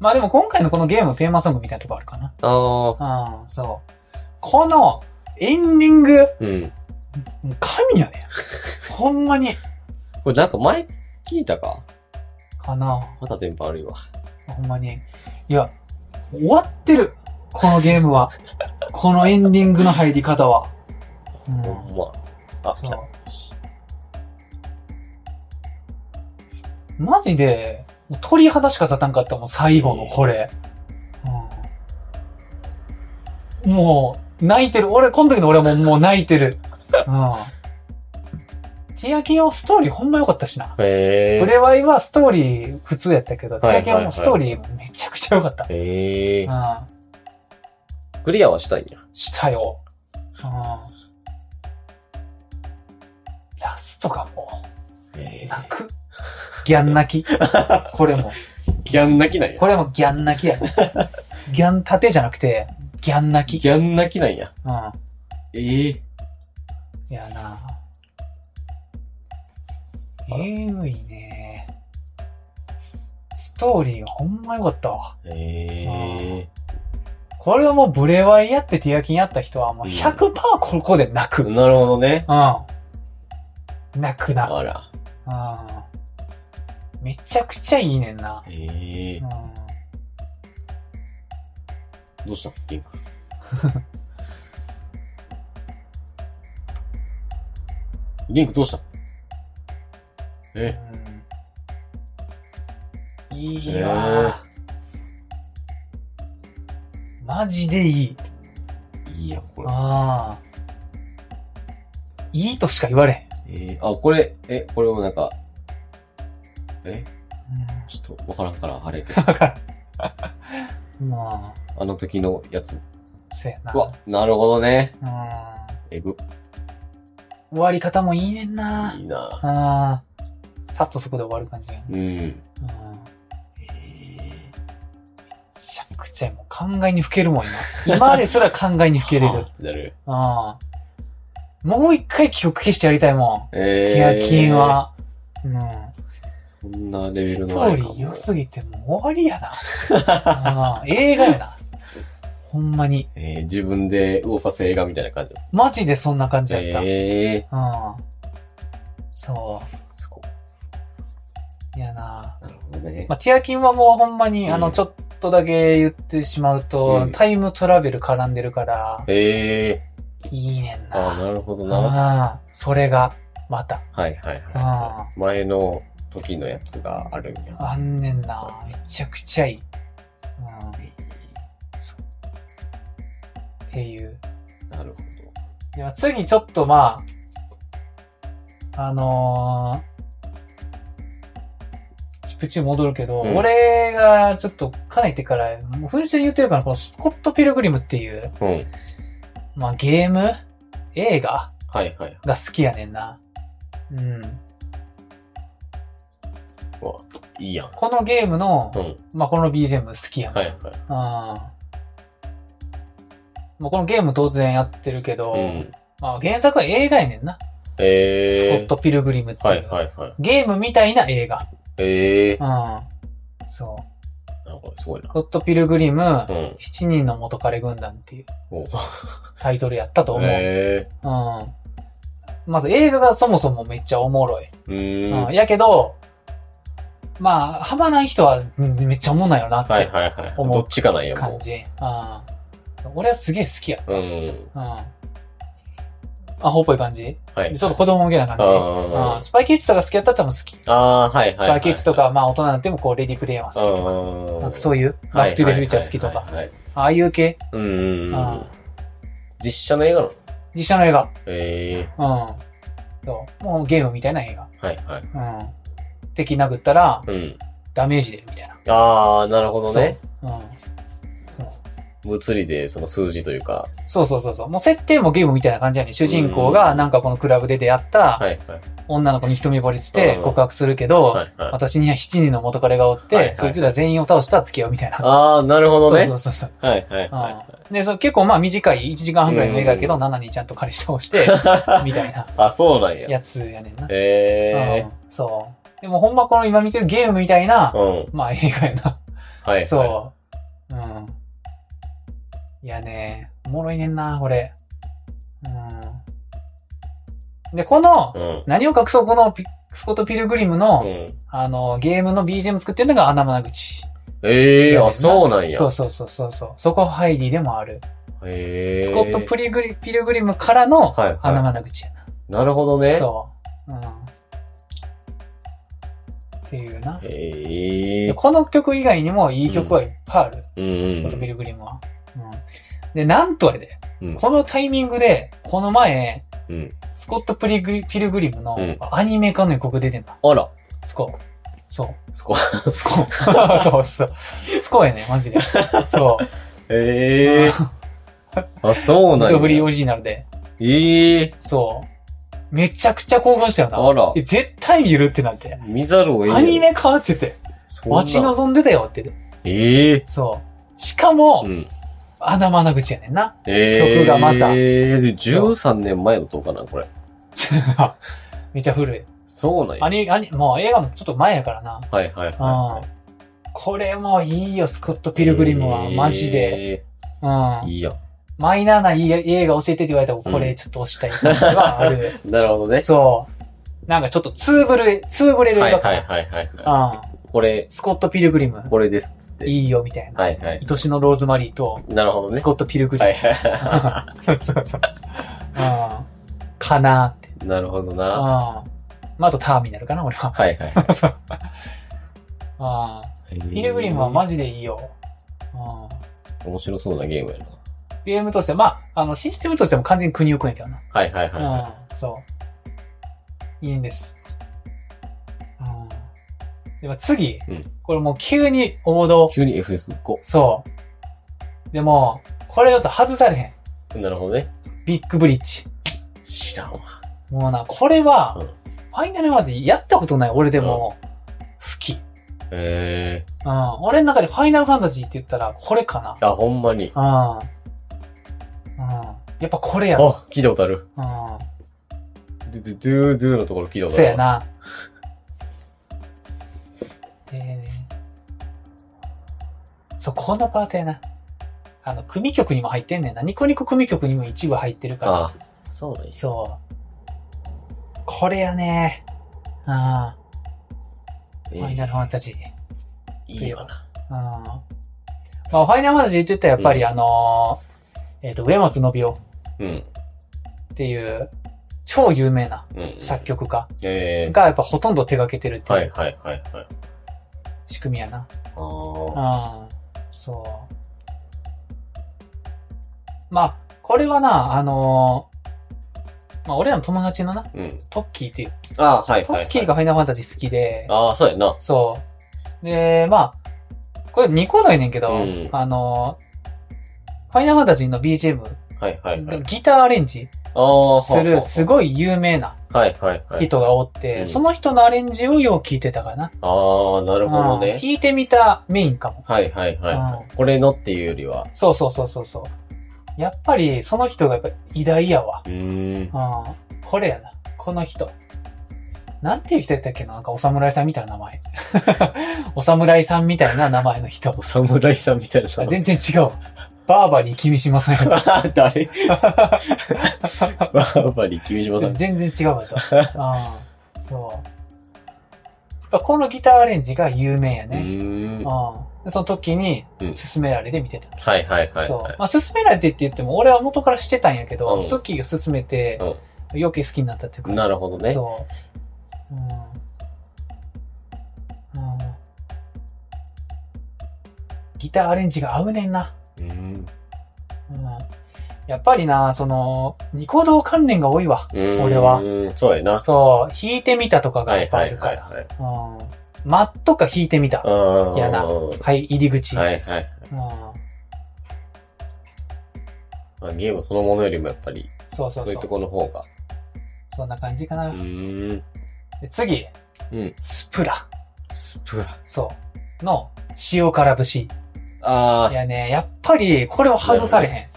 [SPEAKER 1] まあでも今回のこのゲームのテーマソングみたいなとこあるか
[SPEAKER 2] ああ、
[SPEAKER 1] な。うん、そう。このエンディング、
[SPEAKER 2] うん。
[SPEAKER 1] もう神やね。ほんまに。
[SPEAKER 2] これなんか前聞いたか
[SPEAKER 1] かな。
[SPEAKER 2] また電波悪いわ。
[SPEAKER 1] ほんまに。いや、終わってる。このゲームは。このエンディングの入り方は。うん。
[SPEAKER 2] ほんま。あ、来た。
[SPEAKER 1] そう。マジで、鳥肌しか立たんかったもん、最後のこれ。うん、もう、泣いてる。俺、この時の俺はもうもう泣いてる。うん。ティアキンオストーリーほんま良かったしな。
[SPEAKER 2] へ
[SPEAKER 1] プ
[SPEAKER 2] え。
[SPEAKER 1] レワイはストーリー普通やったけど、テ
[SPEAKER 2] はい
[SPEAKER 1] ィ
[SPEAKER 2] は
[SPEAKER 1] ア
[SPEAKER 2] い
[SPEAKER 1] キンのストーリーめちゃくちゃ良かった。
[SPEAKER 2] へえ。
[SPEAKER 1] うん。
[SPEAKER 2] クリアはしたいんや。
[SPEAKER 1] したよ。うん。ラストがもう、
[SPEAKER 2] へ
[SPEAKER 1] 泣く。ギャン泣き。これも、
[SPEAKER 2] ギャン泣きなんや。
[SPEAKER 1] これもギャン泣きやね。ギャン縦じゃなくて、ギャン泣き。
[SPEAKER 2] ギャン泣きなんや。
[SPEAKER 1] うん。
[SPEAKER 2] ええ。
[SPEAKER 1] いやな
[SPEAKER 2] あら
[SPEAKER 1] えぐいねストーリーほんまよかったわ。
[SPEAKER 2] へえ。
[SPEAKER 1] これはもうブレワイやってティアキンやった人はもう
[SPEAKER 2] うん
[SPEAKER 1] 100%ここで泣く。うん。
[SPEAKER 2] なるほどね。
[SPEAKER 1] 泣くな。
[SPEAKER 2] あら。
[SPEAKER 1] うんめちゃくちゃいいねんな。
[SPEAKER 2] へえ
[SPEAKER 1] うん。
[SPEAKER 2] どうしたピン ク。リンクどうしたえ
[SPEAKER 1] うんいいわ。マジでいい。
[SPEAKER 2] いいやん、これ。
[SPEAKER 1] ああ。いいとしか言われへん。
[SPEAKER 2] えー、あ、これ、え、これもなんか、え、ちょっとわからんから、 あれ。
[SPEAKER 1] だ から。ま
[SPEAKER 2] あの時のやつ。
[SPEAKER 1] あ、せやな。
[SPEAKER 2] うわ、なるほどね。
[SPEAKER 1] うん。
[SPEAKER 2] えぐ、。
[SPEAKER 1] 終わり方もいいねんない
[SPEAKER 2] いな。
[SPEAKER 1] ああ。さっとそこで終わる感じやな。
[SPEAKER 2] うん。え
[SPEAKER 1] うん。め
[SPEAKER 2] ー
[SPEAKER 1] ちゃくちゃもう考えにふけるもん今。今ですら考えにふけれる。
[SPEAKER 2] はあってなる。
[SPEAKER 1] うん。もう一回記憶消してやりたいもん。
[SPEAKER 2] え
[SPEAKER 1] ティアキン
[SPEAKER 2] は。
[SPEAKER 1] は。うん。
[SPEAKER 2] そんなレベル
[SPEAKER 1] ス
[SPEAKER 2] の
[SPEAKER 1] ト
[SPEAKER 2] あ
[SPEAKER 1] ー
[SPEAKER 2] れ
[SPEAKER 1] リ
[SPEAKER 2] かも
[SPEAKER 1] ー良すぎてもう終わりやな。うん映画やな。ほんまに。
[SPEAKER 2] えー、自分で動かす映画みたいな感じだっ
[SPEAKER 1] マジでそんな感じ
[SPEAKER 2] た。
[SPEAKER 1] やった。
[SPEAKER 2] え
[SPEAKER 1] うん。そ
[SPEAKER 2] ー、すごい。
[SPEAKER 1] う。いやな。
[SPEAKER 2] なるほどね。
[SPEAKER 1] まあ、ティアキンはもうほんまに、
[SPEAKER 2] うん
[SPEAKER 1] あの、ちょっとだけ言ってしまうと、
[SPEAKER 2] うん
[SPEAKER 1] タイムトラベル絡んでるから、
[SPEAKER 2] ええ
[SPEAKER 1] いいねん
[SPEAKER 2] ー、あー、
[SPEAKER 1] な。
[SPEAKER 2] なるほどな。は
[SPEAKER 1] ああ、それが、また。
[SPEAKER 2] いはい
[SPEAKER 1] あ
[SPEAKER 2] はい。前の時のやつがあるんや。
[SPEAKER 1] あんねんな。めちゃくちゃいい。うん。そう。っていう。
[SPEAKER 2] なるほ
[SPEAKER 1] では次ちょっとまあ、あのー、プチ戻るけど、
[SPEAKER 2] うん
[SPEAKER 1] 俺がちょっとかねてから、もう風ちゃん言ってるから、このスコット・ピルグリムっていう、
[SPEAKER 2] ど。うん。
[SPEAKER 1] まあゲーム映画
[SPEAKER 2] はいはい。
[SPEAKER 1] が好きやねんな。うん。
[SPEAKER 2] いいやん。
[SPEAKER 1] このゲームの、
[SPEAKER 2] うん。
[SPEAKER 1] まあこの BGM 好きやねん。
[SPEAKER 2] はいはい。
[SPEAKER 1] うん。もうこのゲーム当然やってるけど、
[SPEAKER 2] うん。
[SPEAKER 1] まあ原作は映画やねんな。スコ
[SPEAKER 2] え
[SPEAKER 1] ッ
[SPEAKER 2] ー。
[SPEAKER 1] ト・ピルグリムっていう。
[SPEAKER 2] はいはいはい。
[SPEAKER 1] ゲームみたいな映画。
[SPEAKER 2] えー。
[SPEAKER 1] うん。そう。
[SPEAKER 2] なんかすごい
[SPEAKER 1] ス
[SPEAKER 2] な。
[SPEAKER 1] コット・ピルグリム、
[SPEAKER 2] うん。
[SPEAKER 1] 7人の元彼軍団っていう
[SPEAKER 2] お
[SPEAKER 1] タイトルやったと思う。
[SPEAKER 2] え
[SPEAKER 1] うん。まず映画がそもそもめっちゃおもろい。う
[SPEAKER 2] ー。うーん。
[SPEAKER 1] ん。
[SPEAKER 2] はい
[SPEAKER 1] やけど、まあ、ハマない人はうんめっちゃおもんないよなっ
[SPEAKER 2] はい
[SPEAKER 1] て
[SPEAKER 2] はい。
[SPEAKER 1] 思う
[SPEAKER 2] どっちかなんや、も
[SPEAKER 1] 感じ。うん。俺はすげえ好きや。
[SPEAKER 2] う。うん。
[SPEAKER 1] うん。アホっぽい感じ
[SPEAKER 2] はい。
[SPEAKER 1] ちょっと子供向けな感じ。
[SPEAKER 2] あー
[SPEAKER 1] うん。スパイキッズとか好きやったら多分好き。ス
[SPEAKER 2] あー、はいはい。
[SPEAKER 1] パイキッズとか、まあ大人になんてもこう、レディープレイヤーは好きとか。
[SPEAKER 2] うん。
[SPEAKER 1] なんかそう
[SPEAKER 2] い
[SPEAKER 1] い
[SPEAKER 2] う、
[SPEAKER 1] う、バックトゥーデフューチャー好きと
[SPEAKER 2] はい
[SPEAKER 1] か、
[SPEAKER 2] はいはいはい。
[SPEAKER 1] ああいう系、
[SPEAKER 2] うんうんう
[SPEAKER 1] うん
[SPEAKER 2] ん。実写の映画なの
[SPEAKER 1] 実写の映画。
[SPEAKER 2] え
[SPEAKER 1] うん。そう。もうゲームみたいな映画。
[SPEAKER 2] ー。はいはい。
[SPEAKER 1] うん。敵殴ったら
[SPEAKER 2] うん。
[SPEAKER 1] ダメージ出るみたいな。
[SPEAKER 2] あー、なるほどね。
[SPEAKER 1] うん。そう
[SPEAKER 2] 物理でその数字というか。
[SPEAKER 1] そうそうそうそう。もう設定もゲームみたいな感じやね。主人公が
[SPEAKER 2] うん
[SPEAKER 1] なんかこのクラブで出会った
[SPEAKER 2] はいはい。
[SPEAKER 1] 女の子に一目惚れして
[SPEAKER 2] うん
[SPEAKER 1] 告白するけど、
[SPEAKER 2] はいはい。
[SPEAKER 1] 私には7人の元彼がおっ
[SPEAKER 2] はいは
[SPEAKER 1] て、
[SPEAKER 2] い
[SPEAKER 1] そいつら全員を倒したら付き合うみたいな。
[SPEAKER 2] あー、なるほど
[SPEAKER 1] そう
[SPEAKER 2] ね。
[SPEAKER 1] そうそうそう。
[SPEAKER 2] はいはいはいは
[SPEAKER 1] うんで、そう結構まあ短い1時間半くらいの映画やけど、
[SPEAKER 2] うん
[SPEAKER 1] 7人ちゃんと彼氏倒 して、
[SPEAKER 2] い。
[SPEAKER 1] みたいな
[SPEAKER 2] あ、そうなんや。
[SPEAKER 1] やつやねんな。
[SPEAKER 2] え
[SPEAKER 1] うんそう。でもほんまこの今見てるゲームみたいな
[SPEAKER 2] ー。、うん。
[SPEAKER 1] まあ映画やな。
[SPEAKER 2] はい。
[SPEAKER 1] そう。うん。いやね、おもろいねんな、これ。うん。で、この、
[SPEAKER 2] う。うん。
[SPEAKER 1] 何を隠そうこのピスコット・ピルグリム
[SPEAKER 2] う
[SPEAKER 1] の、
[SPEAKER 2] ん。
[SPEAKER 1] あの、ゲームの BGM 作ってるのが穴間口。
[SPEAKER 2] ええー、あ、そうなんや
[SPEAKER 1] そ。うそうそうそうそう。そこハイリーでもある。
[SPEAKER 2] ええー。
[SPEAKER 1] スコット・プリグリピルグリムからの
[SPEAKER 2] はいはい
[SPEAKER 1] 穴間口やな。
[SPEAKER 2] なるほどね。
[SPEAKER 1] そう。うん。っていうな。
[SPEAKER 2] え
[SPEAKER 1] で
[SPEAKER 2] え
[SPEAKER 1] この曲以外にもいい曲はいっぱいある。スコット・ピ
[SPEAKER 2] ー。
[SPEAKER 1] ルグリムは。うん。で、なんとやで、
[SPEAKER 2] うん
[SPEAKER 1] このタイミングで、この前、
[SPEAKER 2] うん。うん。
[SPEAKER 1] スコット・プリグリピルグリムの
[SPEAKER 2] うん
[SPEAKER 1] アニメ化の予告出てんだ。
[SPEAKER 2] あら、
[SPEAKER 1] スコ。そう。
[SPEAKER 2] そこ。
[SPEAKER 1] スコ。 そうそう。スコやね、マジで。 そう。
[SPEAKER 2] ええ ー。あ、そう
[SPEAKER 1] ネ
[SPEAKER 2] な
[SPEAKER 1] ッ
[SPEAKER 2] ん
[SPEAKER 1] ト。
[SPEAKER 2] や
[SPEAKER 1] フリーオリジナルで。
[SPEAKER 2] ええ
[SPEAKER 1] そう。めちゃくちゃ興奮したよな。
[SPEAKER 2] あら
[SPEAKER 1] え絶対見るってなって。
[SPEAKER 2] ー。見ざるを得ない。
[SPEAKER 1] アニメ化って言って、
[SPEAKER 2] そんな
[SPEAKER 1] 待ち望んでたよって言って。
[SPEAKER 2] ええ
[SPEAKER 1] そう。しかも、
[SPEAKER 2] うん。
[SPEAKER 1] 穴間な口やねんな。
[SPEAKER 2] ええ
[SPEAKER 1] 曲がまた
[SPEAKER 2] ええ13年前の動画なん、これ。
[SPEAKER 1] めちゃ古い。
[SPEAKER 2] そうなんや。
[SPEAKER 1] アニ、アニ、もう映画もちょっと前やからな。
[SPEAKER 2] はいはいはい
[SPEAKER 1] うん
[SPEAKER 2] は。
[SPEAKER 1] これもいいよ、スコット・
[SPEAKER 2] い。
[SPEAKER 1] ピルグリムは。マジで。
[SPEAKER 2] で。
[SPEAKER 1] うん。
[SPEAKER 2] いいや。
[SPEAKER 1] マイナーないい映画教えてって言われたら、これちょっと押したい感じはある。
[SPEAKER 2] なるほ どね。
[SPEAKER 1] そう。なんかちょっとツーブレ、ツーブレる映
[SPEAKER 2] はい
[SPEAKER 1] 画
[SPEAKER 2] は
[SPEAKER 1] か
[SPEAKER 2] いはいはいはい。
[SPEAKER 1] な。うん。
[SPEAKER 2] これ、
[SPEAKER 1] スコット・ピルグリム、
[SPEAKER 2] これですっつって。
[SPEAKER 1] いいよ、みたいな。
[SPEAKER 2] はいはい。
[SPEAKER 1] 愛しのローズマリーと、
[SPEAKER 2] なるほどね
[SPEAKER 1] ス。コット・ピルグリ
[SPEAKER 2] はい
[SPEAKER 1] ム。
[SPEAKER 2] はいは
[SPEAKER 1] そうそうそう。うん。かなーって。
[SPEAKER 2] い。 なるほど
[SPEAKER 1] うん。
[SPEAKER 2] な。
[SPEAKER 1] まあ、あとターミナルかな、俺は。
[SPEAKER 2] はいはいは
[SPEAKER 1] う
[SPEAKER 2] い。
[SPEAKER 1] ん。ピルグリムはマ
[SPEAKER 2] ジ
[SPEAKER 1] ジでいいよ。うん。
[SPEAKER 2] 面白そうなゲームやな。
[SPEAKER 1] ゲームとして、まあ、あの、システムとしても完全に国をくんやけどな。
[SPEAKER 2] はいはいは
[SPEAKER 1] うん、そう。いいんです。うん。でも次、
[SPEAKER 2] うん
[SPEAKER 1] これもう急に王道
[SPEAKER 2] い。。急に FF5。
[SPEAKER 1] そう。でも、これだと外されへん。
[SPEAKER 2] なるほどね。
[SPEAKER 1] ビッグブリッジ。
[SPEAKER 2] 知らんわ。
[SPEAKER 1] もうな、これは、
[SPEAKER 2] うん
[SPEAKER 1] ファイナルファンタジーやったことない俺でも、好き。うん。
[SPEAKER 2] ええ
[SPEAKER 1] 俺の中でファイナルファンタジーって言ったら、これか
[SPEAKER 2] ー。あ、ほんまに。
[SPEAKER 1] な。うん。うん。やっぱこれやろ。
[SPEAKER 2] あ、聞いたことある。
[SPEAKER 1] うん。
[SPEAKER 2] ドゥドゥドゥドゥのところ聞いたことあ
[SPEAKER 1] そ
[SPEAKER 2] る。
[SPEAKER 1] うや。な。でね。そう、このパートやな。あの、組曲にも入ってんねんな。ニコニコ組曲にも一部入ってるから。
[SPEAKER 2] あ、そうなんや。
[SPEAKER 1] そう。これやね。ああ、ファイナルファンタジー。
[SPEAKER 2] えーいいよな。
[SPEAKER 1] うん。まあ、ファイナルファンタジーって言ったらやっぱり、あのーえっ、と、上松信夫
[SPEAKER 2] うん。
[SPEAKER 1] っていう、超有名な
[SPEAKER 2] うん。
[SPEAKER 1] 作曲家
[SPEAKER 2] ええ
[SPEAKER 1] がやっぱほとんど手掛けてるって
[SPEAKER 2] はいいうはいはいはい。
[SPEAKER 1] 仕組みやな。
[SPEAKER 2] ああ。
[SPEAKER 1] うん、そう。まあ、これはな、あのーまあ、俺らの友達のな、
[SPEAKER 2] うん。
[SPEAKER 1] トッキーっていう、
[SPEAKER 2] あーはい
[SPEAKER 1] ト
[SPEAKER 2] はいはい。
[SPEAKER 1] ッキーがファイナルファンタジー好きで、
[SPEAKER 2] ああ、そうやな。
[SPEAKER 1] そう。で、まあ、これ2個ないねんけど、
[SPEAKER 2] うん
[SPEAKER 1] あのーファイナルファンタジーの BGM、
[SPEAKER 2] はいはいはい。
[SPEAKER 1] ギターアレンジ
[SPEAKER 2] ああ、
[SPEAKER 1] するすごい有名な
[SPEAKER 2] はいはいはい。
[SPEAKER 1] 人がおって、
[SPEAKER 2] うん
[SPEAKER 1] その人のアレンジをよう聞いてたかな。
[SPEAKER 2] ああ、なるほど
[SPEAKER 1] うん
[SPEAKER 2] ね。
[SPEAKER 1] 聞いてみたメインかも。
[SPEAKER 2] はいはいは
[SPEAKER 1] う
[SPEAKER 2] い。これのっていうよりは。
[SPEAKER 1] そうそうそうそうそう。やっぱり、その人がやっぱ偉大やわ。
[SPEAKER 2] うー
[SPEAKER 1] う
[SPEAKER 2] ん。
[SPEAKER 1] ん。これやな。この人。なんていう人やったっけななんかお侍さんみたいな名前。 お侍さんみたいな名前の人。
[SPEAKER 2] お侍さんみたいな
[SPEAKER 1] あ全然違うわ。バーバリー君島さんやっ
[SPEAKER 2] 誰バーバリー君島さ
[SPEAKER 1] た。
[SPEAKER 2] ん。
[SPEAKER 1] 全然違う わと。うん。そう。やっぱこのギターアレンジが有名や
[SPEAKER 2] う
[SPEAKER 1] ね。
[SPEAKER 2] ーん。は
[SPEAKER 1] うん。その時に、
[SPEAKER 2] うん
[SPEAKER 1] 勧められて見てた。
[SPEAKER 2] いはいはい
[SPEAKER 1] そう
[SPEAKER 2] は。い。
[SPEAKER 1] まあ、勧められてって言っても、俺は元からしてたんやけど、
[SPEAKER 2] うん
[SPEAKER 1] トッキーが勧めて、余計好きになったっていうか。
[SPEAKER 2] なるほどね。
[SPEAKER 1] そう。うん。うん。ギターアレンジが合うねんな。
[SPEAKER 2] うーん。
[SPEAKER 1] うん。やっぱりな、その、ニコ動関連が多いわ。俺は
[SPEAKER 2] うーん。そうやな。
[SPEAKER 1] そう、弾いてみたとかが
[SPEAKER 2] はい
[SPEAKER 1] っぱ
[SPEAKER 2] はい
[SPEAKER 1] あ
[SPEAKER 2] い
[SPEAKER 1] る
[SPEAKER 2] は
[SPEAKER 1] か
[SPEAKER 2] い
[SPEAKER 1] ら。
[SPEAKER 2] は
[SPEAKER 1] う
[SPEAKER 2] い。
[SPEAKER 1] ん。マットか弾いてみた。
[SPEAKER 2] ああ。
[SPEAKER 1] やな
[SPEAKER 2] は
[SPEAKER 1] はい、入り口。
[SPEAKER 2] いはい。
[SPEAKER 1] うん。
[SPEAKER 2] まあゲームそのものよりもやっぱり、
[SPEAKER 1] そうそ
[SPEAKER 2] そううい
[SPEAKER 1] そ
[SPEAKER 2] うと
[SPEAKER 1] う。
[SPEAKER 2] この方が。
[SPEAKER 1] そんな感じかな。
[SPEAKER 2] うーん。
[SPEAKER 1] で次、
[SPEAKER 2] うん。
[SPEAKER 1] スプラ。
[SPEAKER 2] スプラ。
[SPEAKER 1] そう。の、塩辛節。
[SPEAKER 2] あ
[SPEAKER 1] いやね、やっぱり、これは外されへ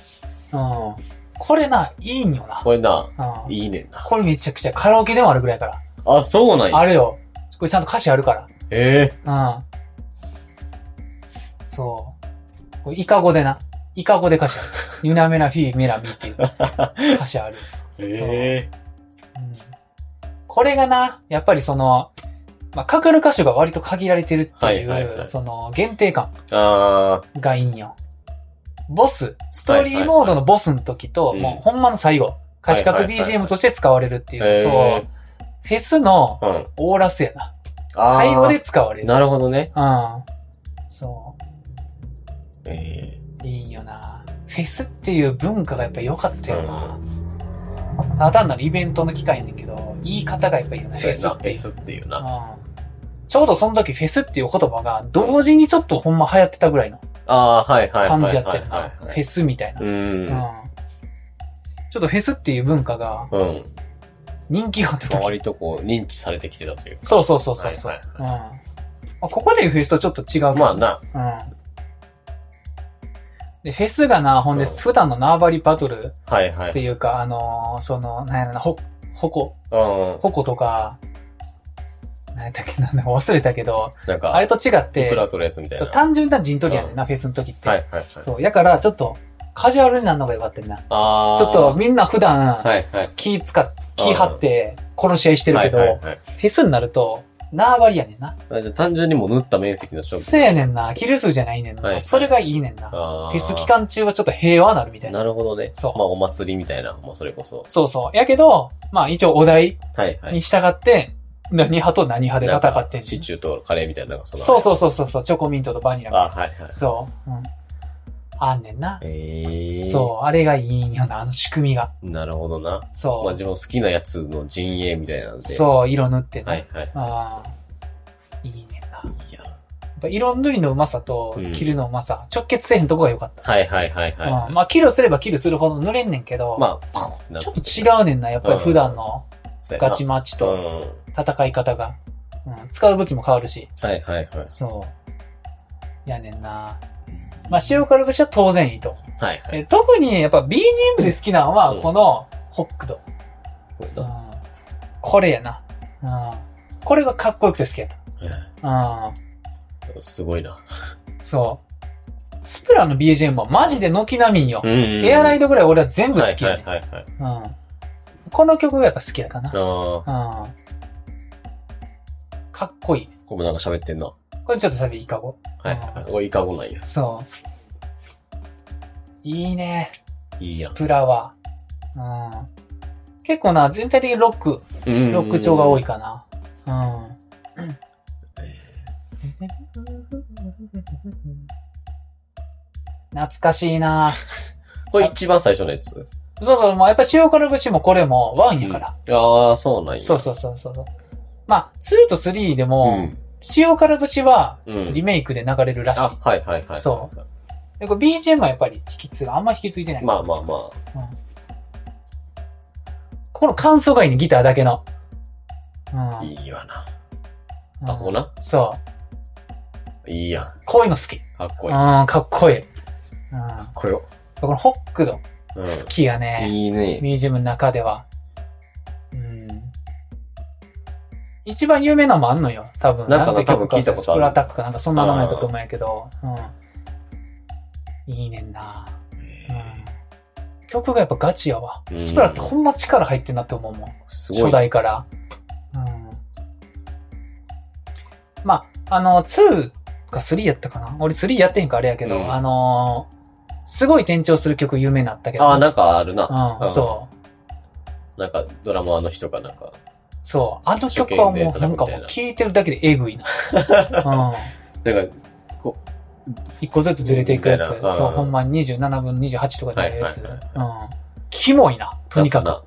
[SPEAKER 1] ん。うん。これな、いいんよ
[SPEAKER 2] あ。
[SPEAKER 1] な。
[SPEAKER 2] これな、
[SPEAKER 1] うん。
[SPEAKER 2] いいねんな。
[SPEAKER 1] これめちゃくちゃカラオケでもあるぐらいから。
[SPEAKER 2] あ、そうなんや。
[SPEAKER 1] あるよ。これちゃんと歌詞あるか
[SPEAKER 2] ええ
[SPEAKER 1] ら。うん。そう。これイカ語でな。イカ語で歌 詞ある。ユナメラフィーメラミっていう歌詞ある。
[SPEAKER 2] え
[SPEAKER 1] うんこれがな、やっぱりその、まあ、かかる箇所が割と限られてるっていう、
[SPEAKER 2] はいはいはい
[SPEAKER 1] その限定感
[SPEAKER 2] ー。あ
[SPEAKER 1] がいいんよ。ボス、ストーリーモードのボスの時と、
[SPEAKER 2] はいはいはい
[SPEAKER 1] もうほんまの最後、価値
[SPEAKER 2] は
[SPEAKER 1] 格
[SPEAKER 2] いはいはいはい
[SPEAKER 1] BGM として使われるっていうのと、
[SPEAKER 2] へ
[SPEAKER 1] フェスの
[SPEAKER 2] ー。うん。
[SPEAKER 1] オーラスやな。
[SPEAKER 2] あー
[SPEAKER 1] 最後で使われる。
[SPEAKER 2] なるほどね。
[SPEAKER 1] うん。そ
[SPEAKER 2] え
[SPEAKER 1] う。いいんよな。フェスっていう文化がやっぱ良かったよな。ただ単なるイベントの機会やねんけど、言い方がやっぱいいよ
[SPEAKER 2] ー。
[SPEAKER 1] ね。
[SPEAKER 2] フ
[SPEAKER 1] フ
[SPEAKER 2] ェ
[SPEAKER 1] ェ
[SPEAKER 2] ス
[SPEAKER 1] スっ
[SPEAKER 2] フ
[SPEAKER 1] てい
[SPEAKER 2] ェ
[SPEAKER 1] う。
[SPEAKER 2] スっていう
[SPEAKER 1] う
[SPEAKER 2] な。
[SPEAKER 1] んちょうどその時フェスっていう言葉が同時にちょっとほんま流行ってたぐらいの
[SPEAKER 2] あー、はいはいはい。
[SPEAKER 1] 感じやったよ
[SPEAKER 2] は。
[SPEAKER 1] ないフ
[SPEAKER 2] はい
[SPEAKER 1] ェスみたいな、
[SPEAKER 2] う
[SPEAKER 1] うん
[SPEAKER 2] ん。
[SPEAKER 1] ちょっとフェスっていう文化が
[SPEAKER 2] うん。
[SPEAKER 1] 人気があった
[SPEAKER 2] まあ
[SPEAKER 1] 時
[SPEAKER 2] 割とこう、認知されてきてたというか。
[SPEAKER 1] そうそうそうそうそう、
[SPEAKER 2] はい
[SPEAKER 1] う
[SPEAKER 2] はい
[SPEAKER 1] んまあ、ここでフェスとちょっと違う
[SPEAKER 2] まあな。
[SPEAKER 1] あな、うん、でフェスがなほんで
[SPEAKER 2] うん
[SPEAKER 1] 普段の縄張りバトル
[SPEAKER 2] はいはい。
[SPEAKER 1] っていうか、あのーそのなんやろなほ矛
[SPEAKER 2] うん。
[SPEAKER 1] 矛とか何やったっけなんだか忘れたけど
[SPEAKER 2] なんか、
[SPEAKER 1] あれと違って
[SPEAKER 2] クラトのやつみたいな。はい
[SPEAKER 1] 単純な陣取りやねんな、フェスの時って。
[SPEAKER 2] はいはい。
[SPEAKER 1] そう。やから、ちょっと、カジュアルになるのがよかったんな。ち
[SPEAKER 2] ああ。
[SPEAKER 1] ょっと、、みんな普段、
[SPEAKER 2] はいはい。
[SPEAKER 1] 気使っ、気張って、殺し合いしてるけど、
[SPEAKER 2] はいはいはい
[SPEAKER 1] フェスになると、縄張りやねんな。
[SPEAKER 2] あじゃあ単純にもう縫った面積の勝負。
[SPEAKER 1] そうやねんな。キル数じゃないねんな。
[SPEAKER 2] はいはい
[SPEAKER 1] それがいいねんな。フ
[SPEAKER 2] あー
[SPEAKER 1] ェス期間中はちょっと平和なるみたいな。
[SPEAKER 2] なるほどね。
[SPEAKER 1] そう
[SPEAKER 2] まあお祭りみたいな、まあそれこそ。
[SPEAKER 1] そうそう。やけど、まあ一応お題
[SPEAKER 2] はいはい。
[SPEAKER 1] に従って、何派と何派で戦ってん
[SPEAKER 2] シ
[SPEAKER 1] し。
[SPEAKER 2] チューとカレーみたいな、なんかその。
[SPEAKER 1] そうそうそうそうそう、チョコミントとバニラみたい
[SPEAKER 2] あ
[SPEAKER 1] な。
[SPEAKER 2] はいはい。
[SPEAKER 1] そう。うん。あんねんな。
[SPEAKER 2] ええー。
[SPEAKER 1] そう、あれがいいんよな、あの仕組みが。
[SPEAKER 2] う。なるほどな。
[SPEAKER 1] そう。
[SPEAKER 2] まあ自分好きなやつの陣営みたいなんで。う。
[SPEAKER 1] そう、色塗ってね。
[SPEAKER 2] はいはい。
[SPEAKER 1] ああ。いいねんな。や
[SPEAKER 2] いや。
[SPEAKER 1] っぱ色塗りのうまさと
[SPEAKER 2] うん、
[SPEAKER 1] 切るのうまさ、直結せえへんとこが良かった。
[SPEAKER 2] はいはいはいはい。
[SPEAKER 1] うんまあ、切るすれば切るするほど塗れんねんけど、
[SPEAKER 2] まあ、パンってな
[SPEAKER 1] ちょっと違うねんな、やっぱり普段の
[SPEAKER 2] と
[SPEAKER 1] ガチ
[SPEAKER 2] マ
[SPEAKER 1] マチ
[SPEAKER 2] うん。
[SPEAKER 1] と戦い方が。うん、使う武器も変わるし。
[SPEAKER 2] はいはいはい。
[SPEAKER 1] そう。やねんな。まあ、塩辛節は当然いいと。
[SPEAKER 2] はいはい。
[SPEAKER 1] え特にやっぱ BGM で好きなのは、
[SPEAKER 2] うん
[SPEAKER 1] このホックド。
[SPEAKER 2] これ
[SPEAKER 1] う
[SPEAKER 2] だ
[SPEAKER 1] んこれやな。うんこれがかっこよくて好きやった。うん
[SPEAKER 2] うんすごいな。
[SPEAKER 1] そう。スプラの BGM はマジで軒並みんよ。
[SPEAKER 2] ん
[SPEAKER 1] エアライ
[SPEAKER 2] ド
[SPEAKER 1] ドぐらい俺は全部好きや
[SPEAKER 2] は
[SPEAKER 1] ね
[SPEAKER 2] い、はいはいはい。
[SPEAKER 1] うん。この曲がやっぱ好きやかな。
[SPEAKER 2] ああ。
[SPEAKER 1] うん。かっこいい。
[SPEAKER 2] これもなんか喋ってんな。
[SPEAKER 1] これちょっとサビいいかご。
[SPEAKER 2] はいはい。これイカゴなんや。
[SPEAKER 1] そう。いいね。
[SPEAKER 2] いいやん
[SPEAKER 1] ス。プラは。うん。結構な、全体的にロック、ロ
[SPEAKER 2] ロ
[SPEAKER 1] ック調が多い
[SPEAKER 2] か
[SPEAKER 1] かな。うん。懐かしいな
[SPEAKER 2] これ一番最初のやつ
[SPEAKER 1] そうそう、もうやっぱ塩辛節もこれもワンやから。
[SPEAKER 2] ああ、そうなんや。
[SPEAKER 1] そうそうそうそう。まあ、2と3で
[SPEAKER 2] う
[SPEAKER 1] も、
[SPEAKER 2] ん。
[SPEAKER 1] 塩辛節は
[SPEAKER 2] うん。
[SPEAKER 1] リメイクで流れるらしい
[SPEAKER 2] あ、。はいはいはい。
[SPEAKER 1] そでこれ BGM はやっぱり引き継が、あんま引き継いでない。
[SPEAKER 2] まあまあま
[SPEAKER 1] この感想がいいね、ギターだけの。
[SPEAKER 2] あ。
[SPEAKER 1] うん。
[SPEAKER 2] いいわな。
[SPEAKER 1] うん
[SPEAKER 2] あ、ここな。
[SPEAKER 1] そう。
[SPEAKER 2] いいやん。
[SPEAKER 1] こういうの好き。
[SPEAKER 2] かっこいい。かっ
[SPEAKER 1] うん、かっこいい。うん。
[SPEAKER 2] こよ。
[SPEAKER 1] このホックド、
[SPEAKER 2] う
[SPEAKER 1] 好きや
[SPEAKER 2] ん。
[SPEAKER 1] ね。
[SPEAKER 2] いいね。
[SPEAKER 1] ミュージアムの中では。うん。一番有名なのもあんのよ、多分。
[SPEAKER 2] なんかな
[SPEAKER 1] て曲
[SPEAKER 2] 多分聞いたことあ
[SPEAKER 1] ス
[SPEAKER 2] る
[SPEAKER 1] プラタックかなんかそんな名前だと思うんやけど。うん。いいねんな。うん。曲がやっぱガチやわ。
[SPEAKER 2] うん
[SPEAKER 1] スプラってほんま力入ってんなって思うもん。
[SPEAKER 2] す
[SPEAKER 1] 初
[SPEAKER 2] ごい。はい
[SPEAKER 1] 代から。うん。まあ、あの、2か3やったかな。俺3やってへんからあれやけど、
[SPEAKER 2] うん
[SPEAKER 1] あのーすごい転調する曲有名になったけど。
[SPEAKER 2] あー、なんかあるな。
[SPEAKER 1] う、
[SPEAKER 2] うんん
[SPEAKER 1] そう。
[SPEAKER 2] なんかドラマーの人がなんか。
[SPEAKER 1] そう。あの曲はもうなんかもう聴いてるだけでえぐいな。 うん。
[SPEAKER 2] なんか、
[SPEAKER 1] 一個ずつずれていくやつ
[SPEAKER 2] みたいなうん。
[SPEAKER 1] そう、ほんまに27分28とかでやるやつ。
[SPEAKER 2] はいはい
[SPEAKER 1] うん。キモいな、とにか
[SPEAKER 2] な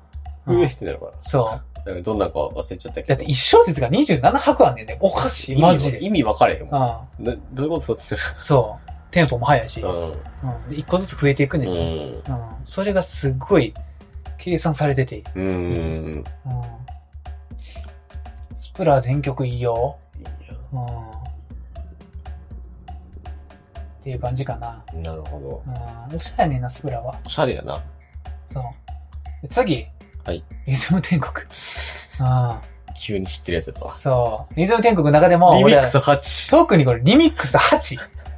[SPEAKER 1] く。
[SPEAKER 2] ん
[SPEAKER 1] う
[SPEAKER 2] うえ
[SPEAKER 1] ん
[SPEAKER 2] ってなるか
[SPEAKER 1] そう。
[SPEAKER 2] ら。なんかどんなか忘れちゃったけど。
[SPEAKER 1] だって一小節が27拍あんねんね。おかしい、マジで。
[SPEAKER 2] 意味分かれへん
[SPEAKER 1] う
[SPEAKER 2] もん。
[SPEAKER 1] ん。
[SPEAKER 2] などういうことそっ
[SPEAKER 1] そう。テンポも速いし。
[SPEAKER 2] ち
[SPEAKER 1] うん。
[SPEAKER 2] うん。
[SPEAKER 1] で一個ずつ増えていくねん。
[SPEAKER 2] う
[SPEAKER 1] うん。
[SPEAKER 2] ん。
[SPEAKER 1] それがすっごい計算されてていい。
[SPEAKER 2] うん。
[SPEAKER 1] うん。スプラ全曲いいよ。
[SPEAKER 2] いいや
[SPEAKER 1] うん。っていう感じかな。
[SPEAKER 2] んなるほど。
[SPEAKER 1] うん。おしゃれやねんな、スプラは。
[SPEAKER 2] おしゃれやな。
[SPEAKER 1] そう。で次。
[SPEAKER 2] はい。
[SPEAKER 1] リズム天国。あ
[SPEAKER 2] 急に知ってるやつやったわ
[SPEAKER 1] あ、そう。リズム天国の中でも、
[SPEAKER 2] リミ
[SPEAKER 1] 俺
[SPEAKER 2] ッ
[SPEAKER 1] は
[SPEAKER 2] クス8。
[SPEAKER 1] 特にこれ、リミックス8。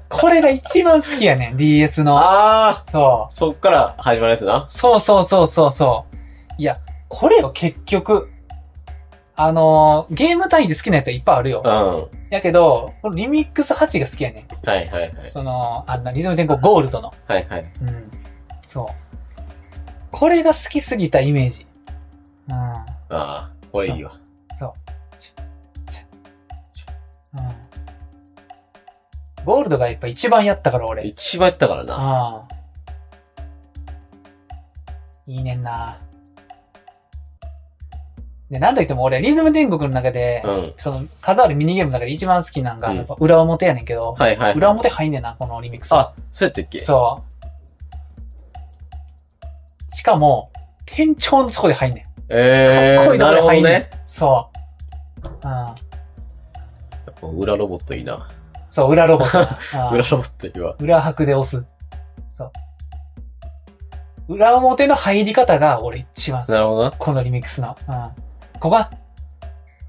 [SPEAKER 1] これが一番好きやねん、DS の。
[SPEAKER 2] あ
[SPEAKER 1] そ
[SPEAKER 2] あ、そっから始まるやつな
[SPEAKER 1] う。。そうそうそうそうそう。いや、これよ、結局。あのーゲーム単位で好きなやつはいっぱいあるよ
[SPEAKER 2] うん。。は
[SPEAKER 1] やけど、このリミックス8が好きやねん。
[SPEAKER 2] いはいはい。
[SPEAKER 1] その、あんなリズム天候ゴールドの。
[SPEAKER 2] はいはい。
[SPEAKER 1] うん。そう。これが好きすぎたイメージ。うん。
[SPEAKER 2] ああ、これいいわ。
[SPEAKER 1] うんゴールドがやっぱ一番やったから俺。
[SPEAKER 2] 一番やったからな。
[SPEAKER 1] ああ。いいねんな。で、なんといっても俺、リズム天国の中で、
[SPEAKER 2] うん。
[SPEAKER 1] その、数あるミニゲームの中で一番好きなんが、
[SPEAKER 2] うん
[SPEAKER 1] やっぱ裏表やねんけど、
[SPEAKER 2] はいはい。
[SPEAKER 1] 裏表入んねんな、このリミックス。
[SPEAKER 2] あ、そうやったっけ
[SPEAKER 1] そう。しかも、店長のとこで入んねん。
[SPEAKER 2] え
[SPEAKER 1] かっこいい
[SPEAKER 2] ー、
[SPEAKER 1] と
[SPEAKER 2] な
[SPEAKER 1] こ
[SPEAKER 2] る
[SPEAKER 1] で
[SPEAKER 2] ほど
[SPEAKER 1] 入んねん。
[SPEAKER 2] ね。
[SPEAKER 1] そう。うん。
[SPEAKER 2] やっぱ裏ロボットいいな。
[SPEAKER 1] そう、裏ロボ ットな。うん
[SPEAKER 2] 裏ロボットいいわ。
[SPEAKER 1] 裏拍で押す。そう。裏表の入り方が俺一番
[SPEAKER 2] なる
[SPEAKER 1] 好き。
[SPEAKER 2] ほど
[SPEAKER 1] このリミックスの。うん。ここが、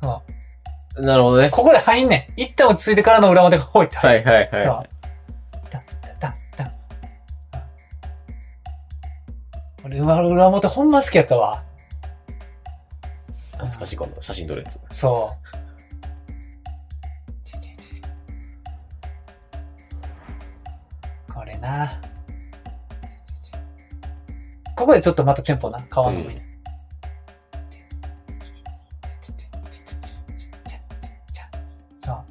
[SPEAKER 1] そう
[SPEAKER 2] な。なるほどね。
[SPEAKER 1] ここで入んねん。一旦落ち着いてからの裏表が多いって
[SPEAKER 2] は
[SPEAKER 1] 入る。
[SPEAKER 2] いはいは
[SPEAKER 1] そう。
[SPEAKER 2] い。
[SPEAKER 1] ダンダンダンダン。俺、裏裏表ほんま好きやったわ。
[SPEAKER 2] 懐かしい、この写真撮るやつ。
[SPEAKER 1] そう。ちちちこれな。ちちちここでちょっとまたテンポな。変わんのもいいね。そう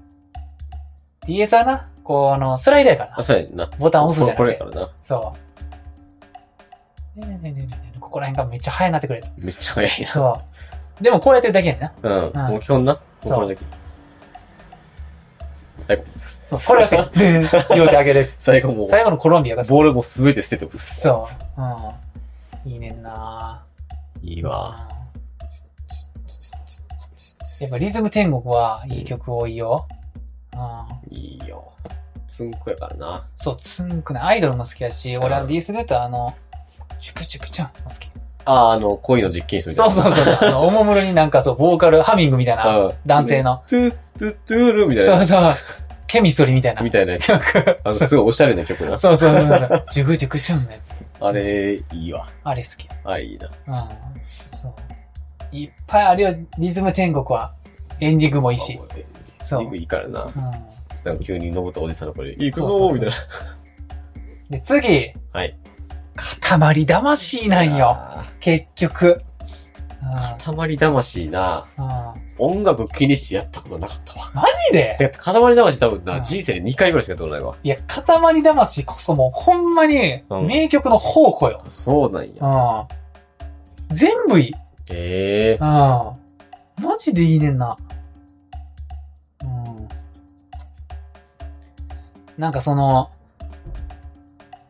[SPEAKER 1] DS はな、こう、あの、スライダーやから
[SPEAKER 2] あ、
[SPEAKER 1] な。
[SPEAKER 2] そうやな。
[SPEAKER 1] ボタン押すじゃ
[SPEAKER 2] こ
[SPEAKER 1] な
[SPEAKER 2] れ
[SPEAKER 1] く
[SPEAKER 2] こ
[SPEAKER 1] て。
[SPEAKER 2] れやからな。
[SPEAKER 1] そう。ねえねえねえねえねえここら辺がめっちゃ速なってくるやつ。
[SPEAKER 2] めっちゃ早いな。
[SPEAKER 1] そう。でもこうやってるだけやねんな。
[SPEAKER 2] うん。もう基本な。もうこれだけ。最後。
[SPEAKER 1] そうこれはさ、両手上げるやつ。
[SPEAKER 2] 最後もう、
[SPEAKER 1] 最後のコロンビアが
[SPEAKER 2] ボールもすべて捨ててくっす。
[SPEAKER 1] そう。うん。いいねんない
[SPEAKER 2] い
[SPEAKER 1] ぁ
[SPEAKER 2] わ。
[SPEAKER 1] やっぱリズム天国はいい曲多いよ。うん。
[SPEAKER 2] いいよ。つんこやからな。
[SPEAKER 1] そう、つんくない。アイドルも好きやし、俺
[SPEAKER 2] う
[SPEAKER 1] は
[SPEAKER 2] ん
[SPEAKER 1] DS で言ったらあの、チュクチュクちゃんも好き。
[SPEAKER 2] あー、あの、恋の実験室みたい
[SPEAKER 1] そう
[SPEAKER 2] な。
[SPEAKER 1] そう そう。あの、おもむろになんかそう、ボーカル、ハミングみたいな。
[SPEAKER 2] うん
[SPEAKER 1] 男性の。
[SPEAKER 2] トゥ、トゥ、トゥールみたい
[SPEAKER 1] そう
[SPEAKER 2] な。
[SPEAKER 1] そう。ケミストリーみたいな
[SPEAKER 2] み。たいなやつ。
[SPEAKER 1] 曲。
[SPEAKER 2] あの、すごいおしゃれな曲な。
[SPEAKER 1] そうそうそうそう。ジュクジュクちゃんのやつ。
[SPEAKER 2] あれ、いいわ。
[SPEAKER 1] あれ好き。
[SPEAKER 2] あれ、いいな。
[SPEAKER 1] うん。そう。いっぱいあるよ、リズム天国は。エンディングもいいし。そう。
[SPEAKER 2] いいからな。
[SPEAKER 1] う
[SPEAKER 2] なんか急に登ったおじさんの声で、行くぞ
[SPEAKER 1] そうそう
[SPEAKER 2] ー
[SPEAKER 1] そう
[SPEAKER 2] みたいな。
[SPEAKER 1] ん。で、次。
[SPEAKER 2] はい。
[SPEAKER 1] 塊魂なんよ。
[SPEAKER 2] あ
[SPEAKER 1] 結局。
[SPEAKER 2] ー。塊魂な。
[SPEAKER 1] うん。うん。マ
[SPEAKER 2] 音楽気にしてやったことなかったわ。
[SPEAKER 1] ジで
[SPEAKER 2] てか、塊魂多
[SPEAKER 1] う
[SPEAKER 2] 分な、
[SPEAKER 1] ん
[SPEAKER 2] 人生で2回ぐらいしかやったことないわ。
[SPEAKER 1] いや、塊魂こそもうほんまに
[SPEAKER 2] うん
[SPEAKER 1] 名曲の宝庫よ。
[SPEAKER 2] そうなんや。
[SPEAKER 1] うん。全部いい。
[SPEAKER 2] ええ
[SPEAKER 1] うん。マジでいいねんな。うん。なんかその、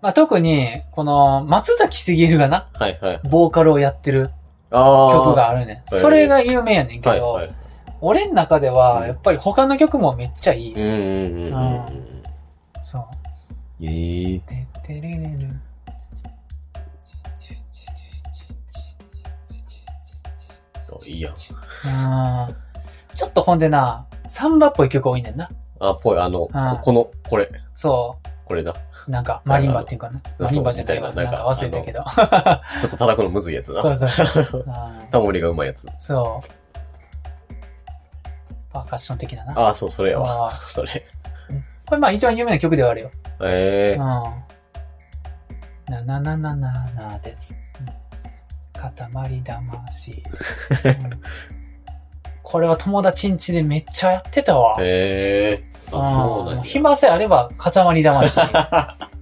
[SPEAKER 1] まあ、特に、この、松崎しげるがな、
[SPEAKER 2] はいはい。
[SPEAKER 1] ボーカルをやってる
[SPEAKER 2] あー
[SPEAKER 1] 曲。があるねん。
[SPEAKER 2] あー
[SPEAKER 1] それが有名やねんけど、
[SPEAKER 2] はいはい。
[SPEAKER 1] 俺の中で
[SPEAKER 2] う
[SPEAKER 1] は、
[SPEAKER 2] ん
[SPEAKER 1] やっぱり他の曲もめっちゃいい。
[SPEAKER 2] うんうんうんうん
[SPEAKER 1] あ
[SPEAKER 2] うん。
[SPEAKER 1] そう。
[SPEAKER 2] ええ。
[SPEAKER 1] てってれれる。
[SPEAKER 2] あいいやん
[SPEAKER 1] うん。ちょっとほんでな、サンバっぽい曲多いねんな。
[SPEAKER 2] あ、ぽい、あの、こ
[SPEAKER 1] あー
[SPEAKER 2] この、これ、
[SPEAKER 1] そう。
[SPEAKER 2] これだ。
[SPEAKER 1] なんか、マリンバっていうかな。
[SPEAKER 2] あの
[SPEAKER 1] マリンバじゃないわ。
[SPEAKER 2] そう
[SPEAKER 1] な
[SPEAKER 2] み
[SPEAKER 1] ん
[SPEAKER 2] たいな
[SPEAKER 1] か
[SPEAKER 2] なんか
[SPEAKER 1] 忘れたけど。
[SPEAKER 2] ちょっと叩くのむずいやつ な。
[SPEAKER 1] そうそう そう。うん
[SPEAKER 2] タモリがうまいやつ。
[SPEAKER 1] そう。パーカッション的なな。
[SPEAKER 2] ああ、そう、それやわ。
[SPEAKER 1] そう
[SPEAKER 2] それ。
[SPEAKER 1] これまあ一番有名な曲ではあるよ。う
[SPEAKER 2] え
[SPEAKER 1] ん。
[SPEAKER 2] え。
[SPEAKER 1] ななななななです。塊 魂。うんこれは友達ん家でめっちゃやってたわ。
[SPEAKER 2] ええ。あ、そうなん
[SPEAKER 1] ん
[SPEAKER 2] や。
[SPEAKER 1] 暇さえあれば、塊 魂。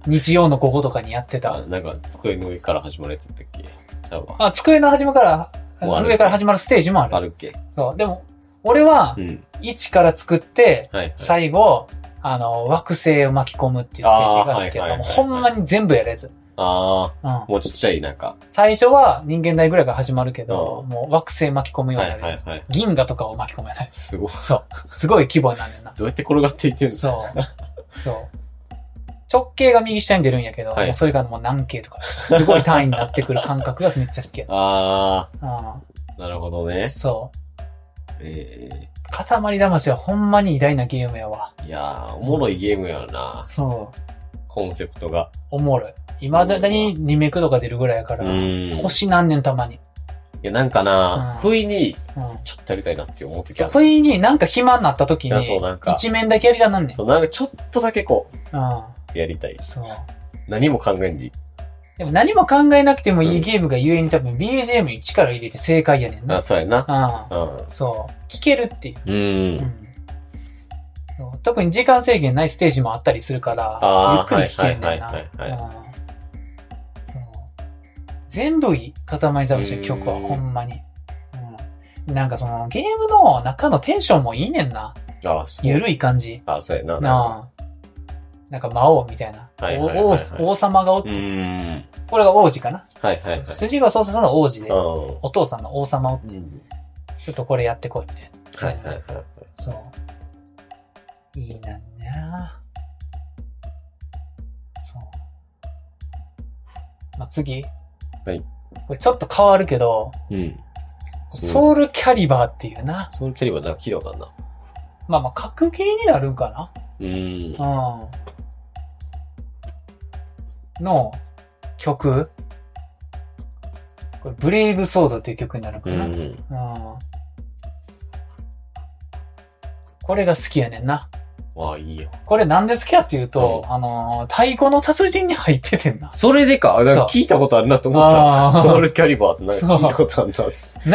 [SPEAKER 1] 日曜の午後とかにやって
[SPEAKER 2] あ
[SPEAKER 1] た。
[SPEAKER 2] なんか、机の上から始まるやつだったっけちゃうわ。
[SPEAKER 1] あ、机の始まから、
[SPEAKER 2] もうある
[SPEAKER 1] 上から始まるステージもある。
[SPEAKER 2] あるっけ
[SPEAKER 1] そう。でも、俺は
[SPEAKER 2] う、ん。
[SPEAKER 1] 1から作って、
[SPEAKER 2] はいはい。
[SPEAKER 1] 最後、あの、惑星を巻き込むっていうステージが好き
[SPEAKER 2] あーはいはい
[SPEAKER 1] だ
[SPEAKER 2] は
[SPEAKER 1] っ
[SPEAKER 2] い
[SPEAKER 1] た。もうほんまに全部やるやつ。
[SPEAKER 2] あ
[SPEAKER 1] うん
[SPEAKER 2] あ、。もうちっちゃい、なんか。
[SPEAKER 1] 最初は人間大ぐらいから始まるけど、
[SPEAKER 2] うん
[SPEAKER 1] もう惑星巻き込むよう
[SPEAKER 2] は
[SPEAKER 1] に
[SPEAKER 2] い
[SPEAKER 1] な
[SPEAKER 2] は
[SPEAKER 1] るや
[SPEAKER 2] い
[SPEAKER 1] つ。
[SPEAKER 2] はい。
[SPEAKER 1] 銀河とかを巻き込めないです。
[SPEAKER 2] すごい。。
[SPEAKER 1] そう。すごい規模になるねんな
[SPEAKER 2] どうやって転がっていってんの
[SPEAKER 1] そう。そう。直径が右下に出るんやけど、
[SPEAKER 2] はい
[SPEAKER 1] もうそれがもう何径とか、すごい単位になってくる感覚がめっちゃ好き やっ
[SPEAKER 2] あ
[SPEAKER 1] た。
[SPEAKER 2] あ、なるほど
[SPEAKER 1] う
[SPEAKER 2] ね
[SPEAKER 1] ん。。そう。
[SPEAKER 2] え
[SPEAKER 1] 塊魂はほんまに偉大なゲームやわ。
[SPEAKER 2] いやー、おもろいゲームやな。
[SPEAKER 1] そう。
[SPEAKER 2] コンセプトが。
[SPEAKER 1] おもろい。今だにリメイクとか出るぐらいやか
[SPEAKER 2] う
[SPEAKER 1] ら、
[SPEAKER 2] ん。い
[SPEAKER 1] 星何年たまに。
[SPEAKER 2] や、なんかな、
[SPEAKER 1] うん
[SPEAKER 2] 不意に、
[SPEAKER 1] うん。
[SPEAKER 2] ちょっとやりたいなって思う時
[SPEAKER 1] そう
[SPEAKER 2] ある。
[SPEAKER 1] 不意になんか暇になった時
[SPEAKER 2] いや
[SPEAKER 1] に
[SPEAKER 2] そうなんか、
[SPEAKER 1] 一面だけやりたなんねん。う
[SPEAKER 2] そう、なんかちょっとだけこ
[SPEAKER 1] ん。
[SPEAKER 2] う、やりたい。
[SPEAKER 1] そう。
[SPEAKER 2] 何も考えんでいい。
[SPEAKER 1] でも何も考えなくてもい
[SPEAKER 2] うん
[SPEAKER 1] いゲームがゆえに多分 BGM に力入れて正解やねんな。
[SPEAKER 2] あ、そうやな。
[SPEAKER 1] う
[SPEAKER 2] うん
[SPEAKER 1] ん。。そう。聞けるっていう。う
[SPEAKER 2] う。
[SPEAKER 1] んんそう特に時間制限ないステージもあったりするから、ゆっ
[SPEAKER 2] あ
[SPEAKER 1] く
[SPEAKER 2] ー
[SPEAKER 1] り聞けんだよな。
[SPEAKER 2] はいはいはい
[SPEAKER 1] うんそう全部いい、片前ザムシの曲は、
[SPEAKER 2] うん
[SPEAKER 1] ほんまに、うん。なんかそのゲームの中のテンションもいいねんな。
[SPEAKER 2] あ、そう。
[SPEAKER 1] ゆるい感じ。
[SPEAKER 2] あ、そうやな。なんか
[SPEAKER 1] なあなんか魔王みたいな。
[SPEAKER 2] はいはいはいはい
[SPEAKER 1] お王王様がおっ
[SPEAKER 2] う
[SPEAKER 1] て、
[SPEAKER 2] ーん。
[SPEAKER 1] これが王子かな。
[SPEAKER 2] はいはいはい。
[SPEAKER 1] 筋が操作さんの王子で、
[SPEAKER 2] うん
[SPEAKER 1] お父さんの王様を、
[SPEAKER 2] うん。
[SPEAKER 1] ちょっとこれやってこいみたいな。
[SPEAKER 2] はいはいはい。
[SPEAKER 1] そう。いいなんだなそう。まあ、次。
[SPEAKER 2] はい。
[SPEAKER 1] これちょっと変わるけど、
[SPEAKER 2] うん。
[SPEAKER 1] ソウルキャリバーっていうな。
[SPEAKER 2] ソウルキャリバーなんか聞いたことあるな。
[SPEAKER 1] まあまあ、格ゲーになるんか
[SPEAKER 2] うーん。
[SPEAKER 1] なうん。の曲。これ、ブレイブソードっていう曲になるんか
[SPEAKER 2] う
[SPEAKER 1] な。うん。
[SPEAKER 2] ん。
[SPEAKER 1] これが好きやねんな。
[SPEAKER 2] ああ、いいよ。
[SPEAKER 1] これなんで好きかっていうと、あのー、太鼓の達人に入っててんな。
[SPEAKER 2] それでか、あなんか
[SPEAKER 1] そ
[SPEAKER 2] 聞いたことあるなと思った。
[SPEAKER 1] あ
[SPEAKER 2] ソウ
[SPEAKER 1] ー
[SPEAKER 2] ルキャリバーってなんか聞いたことあるな。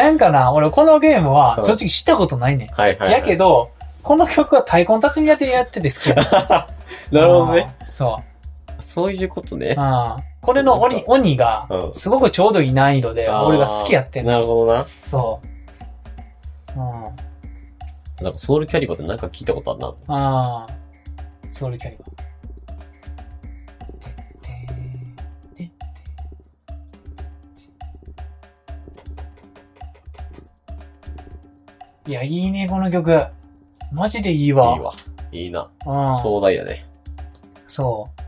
[SPEAKER 1] なんかな、俺このゲームは
[SPEAKER 2] うん
[SPEAKER 1] 正直知ったことないねん。
[SPEAKER 2] はいはいはい。
[SPEAKER 1] やけど、この曲は太鼓の達人やってやってて好きやねん。
[SPEAKER 2] なるほどね。
[SPEAKER 1] あー。そう。
[SPEAKER 2] そういうことね。
[SPEAKER 1] あーこれの鬼鬼が
[SPEAKER 2] うん、
[SPEAKER 1] すごくちょうどいい難易度で、
[SPEAKER 2] あー
[SPEAKER 1] 俺が好きやってんの。
[SPEAKER 2] なるほどな。
[SPEAKER 1] そう。うん。
[SPEAKER 2] なんかソウルキャリバーってなんか聞いたことあるな。
[SPEAKER 1] ああ、ソウルキャリバー。てってーてってーいや、いいね、この曲。マジでいいわ。
[SPEAKER 2] いいわ。いいな。
[SPEAKER 1] うん。そう。
[SPEAKER 2] 壮大やね。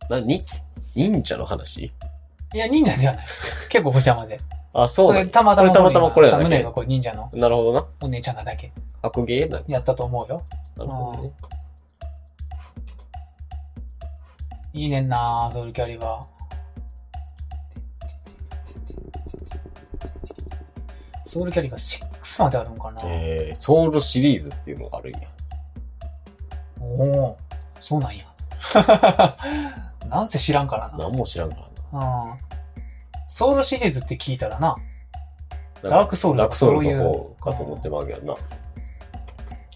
[SPEAKER 2] な、に、忍者の話
[SPEAKER 1] いや、忍者ではない。結構ごちゃ混ぜ。
[SPEAKER 2] あ、そ
[SPEAKER 1] こ
[SPEAKER 2] うな
[SPEAKER 1] れ
[SPEAKER 2] んや
[SPEAKER 1] たまたま
[SPEAKER 2] これたまたまこれだね
[SPEAKER 1] サムネがこう忍者の
[SPEAKER 2] なるほどな。
[SPEAKER 1] お姉ちゃんなだけ
[SPEAKER 2] 白芸なんか。
[SPEAKER 1] やったと思うよ。
[SPEAKER 2] なるほどね。
[SPEAKER 1] いいねんなソウルキャリバー。ソウルキャリバー6まであるんかな、
[SPEAKER 2] えー、ソウルシリーズっていうのがあるんや。
[SPEAKER 1] おおそうなんや。 なんせ知らんからな。
[SPEAKER 2] 何も知らんから
[SPEAKER 1] うん。ソウルシリーズって聞いたらな。
[SPEAKER 2] な。
[SPEAKER 1] ダークソウル
[SPEAKER 2] ダークソウル
[SPEAKER 1] そうい
[SPEAKER 2] の
[SPEAKER 1] う
[SPEAKER 2] 方かと思ってまうけどな。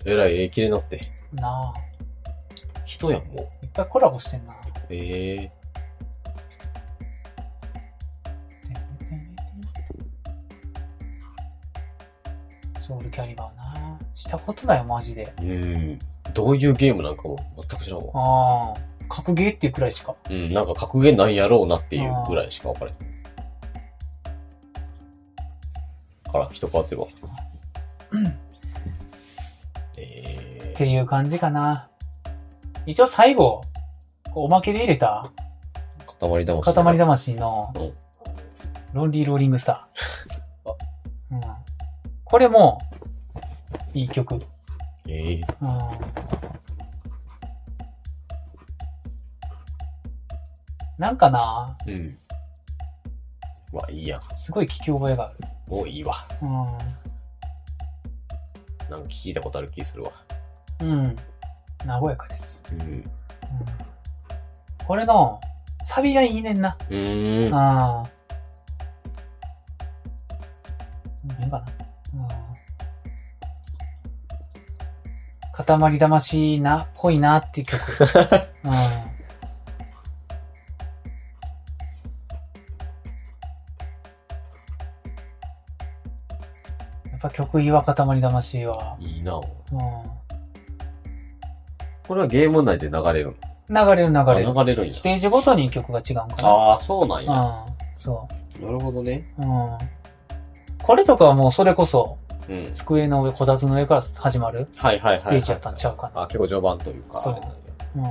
[SPEAKER 2] えらい、ええ、綺麗になって。
[SPEAKER 1] なあ。
[SPEAKER 2] 人やん、も
[SPEAKER 1] いっぱいコラボしてんな。
[SPEAKER 2] う。ええ
[SPEAKER 1] ソウルキャリバーな。したことないよ、マジで。
[SPEAKER 2] うん。どういうゲームなんかも全く知らんわ。
[SPEAKER 1] ああ。格ゲーっていうくらいしか。
[SPEAKER 2] うん、なんか格言なんやろうなっていうぐらいしか分からへん。あら、人変わってるわ。え
[SPEAKER 1] っ
[SPEAKER 2] ー、
[SPEAKER 1] ていう感じかな。一応最後、こうおまけで入れた、
[SPEAKER 2] 塊魂。
[SPEAKER 1] 塊。魂の
[SPEAKER 2] うん、
[SPEAKER 1] ロンリーローリングスター
[SPEAKER 2] あ。
[SPEAKER 1] うん、これも、いい曲。うん、
[SPEAKER 2] えー、
[SPEAKER 1] なんかな、
[SPEAKER 2] うん。まあいいや。
[SPEAKER 1] すごい聞き覚えがある。
[SPEAKER 2] もういいわ。
[SPEAKER 1] うん
[SPEAKER 2] なんか聞いたことある気するわ。
[SPEAKER 1] うん。和やかです。
[SPEAKER 2] うん。
[SPEAKER 1] うんこれの、サビがいいねんな。
[SPEAKER 2] うーん。
[SPEAKER 1] ああ。うんいいかな。うん。塊魂な、っぽいなって いう曲。うん。やっぱ曲いいわ、塊魂は。
[SPEAKER 2] いいな。
[SPEAKER 1] うん。
[SPEAKER 2] これはゲーム内で流れるの
[SPEAKER 1] 流れる流
[SPEAKER 2] あ
[SPEAKER 1] れる。
[SPEAKER 2] 流れるんや
[SPEAKER 1] ス。テージごとに曲が違うんか
[SPEAKER 2] ああ、そうなんや。
[SPEAKER 1] な。うん。そ
[SPEAKER 2] なるほどね。
[SPEAKER 1] う。うん。これとかはもうそれこそ、
[SPEAKER 2] うん。
[SPEAKER 1] 机の上、こたつの上から始まる
[SPEAKER 2] はいはいはいはい。
[SPEAKER 1] ステージやったんちゃうかな。
[SPEAKER 2] あ、結構序盤というか。
[SPEAKER 1] そう
[SPEAKER 2] あれなんや
[SPEAKER 1] うん。